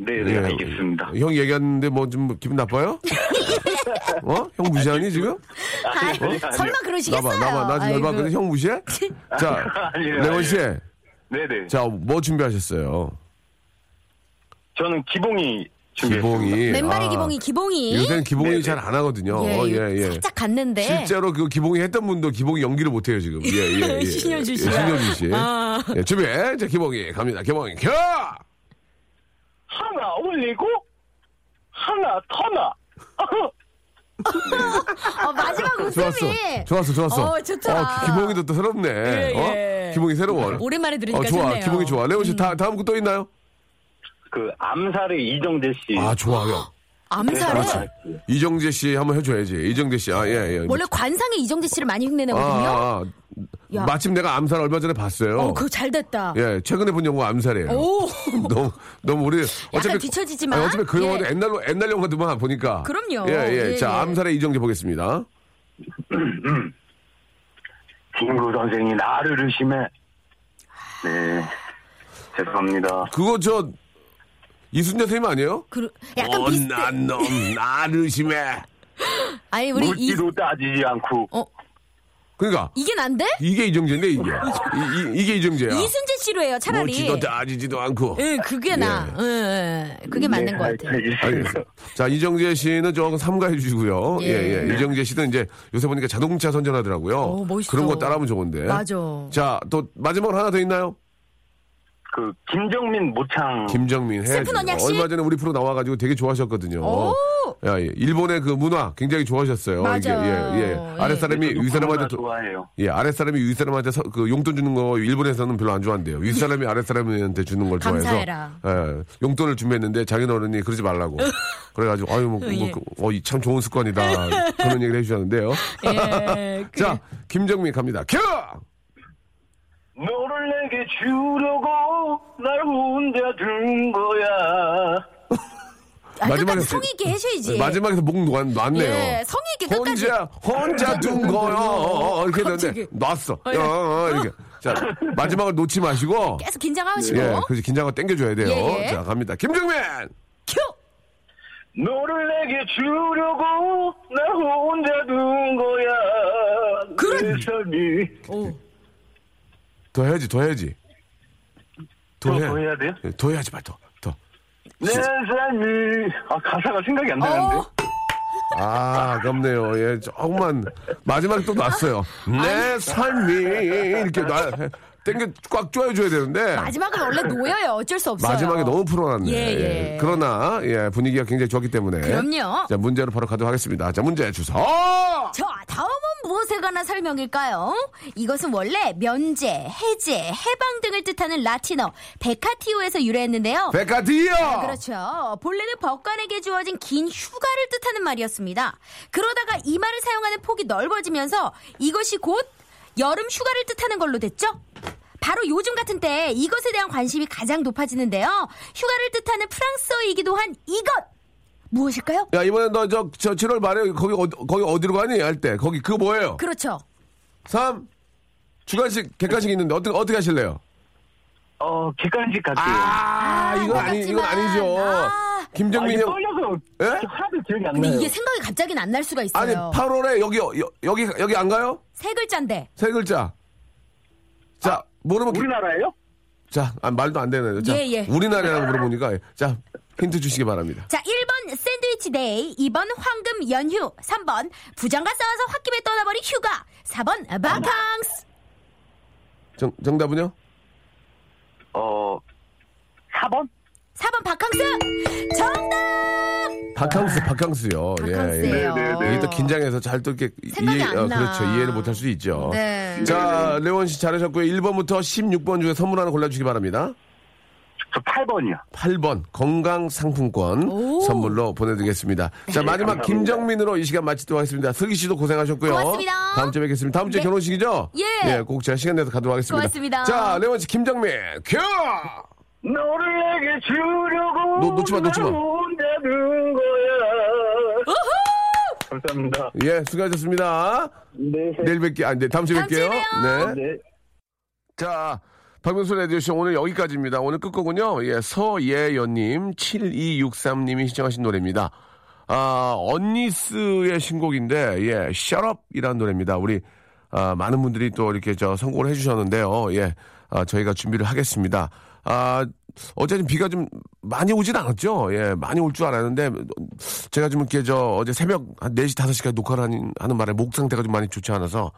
S2: 네네
S1: 예.
S2: 알겠습니다.
S1: 형 얘기하는데 뭐 좀 기분
S4: [LAUGHS]
S1: 나빠요? 어? 형 무시하니 지금?
S4: 아, 설마
S1: 나봐,
S4: 그러시겠어요?
S1: 나봐, 나 지금
S4: 아이고.
S1: 열받거든. 형 무시해? 자,
S2: [LAUGHS] 아니에요,
S1: 레원
S2: 아니에요.
S1: 씨,
S2: 네네.
S1: 자 뭐 준비하셨어요?
S2: 저는 기봉이
S1: 기봉이.
S4: 맨발의
S1: 아,
S4: 기봉이 기봉이.
S1: 요새는
S2: 네,
S1: 기봉이 잘 안 하거든요.
S4: 예,
S1: 어,
S4: 요-
S1: 예, 예.
S4: 살짝 갔는데.
S1: 실제로 그 기봉이 했던 분도 기봉이 연기를 못해요 지금. 예,
S4: [LAUGHS]
S1: 예, 예.
S4: 신현주
S1: 예,
S4: 씨가.
S1: 신현주 씨.
S4: 아.
S1: 예, 준비. 자, 기봉이 갑니다. 기봉이 켜.
S5: 하나 올리고 하나 터나 [LAUGHS]
S4: 어, 마지막
S1: 좋았어.
S4: 웃음이.
S1: 좋았어, 좋았어.
S4: 어, 좋다.
S1: 어, 기봉이도 또 새롭네.
S4: 예.
S1: 어? 기봉이 새로워.
S4: 오랜만에 들으니까
S1: 어, 좋아.
S4: 좋네요.
S1: 기봉이 좋아. 레오 씨, 다, 다음 거 또 있나요?
S7: 그 암살의 이정재 씨.
S2: 예.
S1: 아, 네, 좋아요.
S4: 암살을
S1: 이정재 씨 한번 해줘야지. 이정재 씨. 아, 예, 예.
S4: 원래 관상에 이정재 씨를 많이
S1: 아,
S4: 흉내내거든요.
S1: 아, 아.
S4: 야.
S1: 마침 내가 암살 얼마 전에 봤어요.
S4: 어, 그거 잘 됐다.
S1: 예, 최근에 본 영화 암살이에요.
S4: 오.
S1: [LAUGHS] 너무 너무 우리
S4: 뒤처지지만.
S1: 아니, 어차피 그
S4: 예.
S1: 영화도 옛날로 옛날 영화들만 보니까
S4: 그럼요.
S1: 예, 예.
S4: 예,
S1: 자,
S4: 예.
S1: 암살의 이정재 보겠습니다.
S2: 김구 선생이 나를 의심해. 네. 죄송합니다.
S1: 그거 저 이순재 선생님 아니에요?
S4: 그, 약간 비슷해.
S1: 어, 못난 놈 나를 심해.
S4: 아니 우리 이,
S2: 물기도 따지지 않고
S4: 어
S1: 그러니까
S4: 이게 난데?
S1: 이게 이정재인데
S4: [LAUGHS]
S1: 이게 이, 게 이정재야. 뭐
S4: 이순재 씨로 해요 차라리.
S1: 못지도 따지지도 않고.
S4: 예, 그게 나. 예, 예.
S2: 네,
S4: 그게 맞는 것 같아요.
S1: 알겠습니다. 자, 이정재 씨는 조금 삼가해 주시고요. 예,
S4: 예.
S1: 예. 이정재 씨는 이제 요새 보니까 자동차 선전하더라고요.
S4: 오, 멋있어.
S1: 그런 거 따라하면 좋은데.
S4: 맞아.
S1: 자, 또 마지막으로 하나 더 있나요?
S7: 그 김정민 모창.
S1: 김정민 해야죠.
S4: 어. 슬픈 언약식?
S1: 얼마 전에 우리 프로 나와가지고 되게 좋아하셨거든요.
S4: 오!
S1: 야, 예. 일본의 그 문화 굉장히 좋아하셨어요.
S4: 맞아요.
S1: 예, 예.
S4: 예.
S1: 아랫사람이 윗사람한테 도-
S7: 좋아해요.
S1: 예, 아랫사람이 윗사람한테 서- 그 용돈 주는 거 일본에서는 별로 안 좋아한대요. 윗사람이 아랫사람한테 주는 걸 좋아해서
S4: 예. 감사해라.
S1: 예, 용돈을 준비했는데 자기는 어른이 그러지 말라고.
S4: [LAUGHS]
S1: 그래가지고 아유 뭐, 뭐,
S4: 예.
S1: 그- 어, 이참 좋은 습관이다 그런 얘기를
S4: [LAUGHS]
S1: 해주셨는데요.
S4: 예.
S1: 자, 김정민 갑니다. 큐!
S7: 너를 내게 주려고 날 혼자 둔 거야.
S4: 아,
S1: 마지막에 음,
S4: 끝까지 성의 있게 해셔야지.
S1: 마지막에서 목 놓았, 놨네요.
S4: 예, 성의 있게 끝까지.
S1: 혼자 혼자 둔 거요. 어, 어, 이렇게
S4: 갑자기.
S1: 되는데 놨어.
S4: 예.
S1: 어, 어, 이렇게. 자, 마지막을 놓지 마시고.
S4: 계속 긴장하시고.
S1: 예, 그래서 긴장을 당겨줘야 돼요.
S4: 예, 예.
S1: 자, 갑니다. 김정민!
S4: 큐.
S7: 너를 내게 주려고 날 혼자 둔 거야.
S4: 그런-
S7: 내 삶이
S1: 더 해야지, 더 해야지. 더,
S7: 더뭐 해야 돼요?
S1: 예, 더 해야지, 말 더. 더.
S7: 내 삶이 아 가사가 생각이 안 나는데.
S4: 어,
S1: 아, 아깝네요. 예, 조금만. 마지막에 또 놨어요. 내 삶이. 이렇게 놔, 당겨, 꽉 조여줘야 되는데.
S4: 마지막은 원래 놓여요. 어쩔 수 없어요.
S1: 아, 마지막에 너무 풀어놨네.
S4: 예, 예.
S1: 그러나 예, 분위기가 굉장히 좋았기 때문에.
S4: 그럼요. 어!
S1: 자 문제로 바로 가도록 하겠습니다. 자 문제 주소.
S4: 저 다음은 무엇에 관한 설명일까요? 이것은 원래 면제, 해제, 해방 등을 뜻하는 라틴어 베카티오에서
S1: 네.
S4: 유래했는데요.
S1: 백화디어.
S4: 그렇죠. 본래는 법관에게 주어진 긴 휴가를 뜻하는 말이었습니다. 그러다가 이 말을 사용하는 폭이 넓어지면서 이것이 곧 여름 휴가를 뜻하는 걸로 됐죠. 바로 요즘 같은 때 이것에 대한 관심이 가장 높아지는데요. 휴가를 뜻하는 프랑스어이기도 한 이것 무엇일까요?
S1: 야 이번에 너저저 7월 말에 거기 어디, 거기 어디로 가니 할 때 거기 그거 뭐예요?
S4: 그렇죠.
S1: 3 주간식 객관식 있는데 어떻게 어떻게 하실래요?
S7: 어 객관식 갈게요.
S1: 아, 이건 아니 이건
S4: 똑같지만.
S1: 아니죠.
S4: 아.
S1: 김정민
S7: 이게
S1: 형.
S7: 떨려서
S1: 예?
S7: 하나도 기억이 안
S4: 근데
S7: 나요.
S4: 이게 생각이 갑자기 안 날 수가 있어요.
S1: 아니 8월에 여기 여, 여기 여기 안 가요?
S4: 세 글자인데.
S1: 세 글자. 자 모르면 기-
S7: 아, 우리나라예요?
S1: 자 아, 말도 안 되네요. 자
S4: 예, 예.
S1: 우리나라라고 물어보니까 예. 자 힌트 주시기 바랍니다.
S4: 자, 1번 샌드위치 데이, 2번 황금 연휴, 3번 부장과 싸워서 홧김에 떠나버린 휴가, 4번 바캉스.
S1: 정, 정답은요?
S7: 어 4번?
S4: 4번 바캉스. 정답! 아,
S1: 바캉스, 바캉스요.
S4: 바캉스예요. 네, 네, 네.
S1: 이게 또 긴장해서 잘 또 이렇게
S4: 생각이 안 나.
S1: 그렇죠. 이해를 못할 수 있죠.
S4: 네.
S1: 자, 레원 씨 잘하셨고요. 1번부터 16번 중에 선물 하나 골라주시기 바랍니다.
S7: 저 8번이요.
S1: 8번 건강 상품권
S4: 오. 네,
S1: 선물로 보내드리겠습니다. 자, 마지막 김정민으로 이 시간 마치도록 하겠습니다. 슬기 씨도 고생하셨고요.
S4: 고맙습니다.
S1: 다음 주에 뵙겠습니다. 다음 주에
S4: 네.
S1: 결혼식이죠?
S4: 예.
S1: 꼭 제가 시간 내서 가도록 하겠습니다.
S4: 고맙습니다.
S1: 자, 레원 씨 김정민 큐!
S7: 너를 내게 주려고
S1: 놓- 놓지 마, 놓지 마.
S7: 날 혼자 둔 거야. 감사합니다.
S1: 예, 수고하셨습니다.
S7: 네.
S1: 내일 뵐게요. 아, 네, 다음 주에
S4: 다음 주에
S1: 뵐게요.
S4: 봬요.
S1: 네. 자, 박명수 라디오쇼 오늘 여기까지입니다. 오늘 끝곡은요, 예, 서예연님, 7263님이 신청하신 노래입니다. 아, 언니스의 신곡인데, 예, 셔럽이라는 노래입니다. 우리, 아, 많은 분들이 또 이렇게 저 선곡을 해주셨는데요. 예, 아, 저희가 준비를 하겠습니다. 아, 어제 좀 비가 좀 많이 오진 않았죠? 예, 많이 올 줄 알았는데, 제가 좀 이렇게 저 어제 새벽 한 4시, 5시까지 녹화를 하는, 하는 말에 목 상태가 좀 많이 좋지 않아서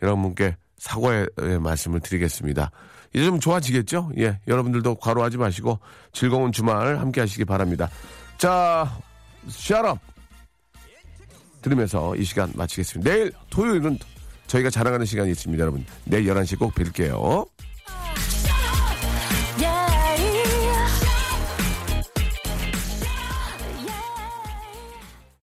S1: 여러분께 사과의 예, 말씀을 드리겠습니다. 이제 좀 좋아지겠죠? 예, 여러분들도 과로하지 마시고 즐거운 주말 함께 하시기 바랍니다. 자, 샤럽! 들으면서 이 시간 마치겠습니다. 내일 토요일은 저희가 자랑하는 시간이 있습니다, 여러분. 내일 11시 꼭 뵐게요.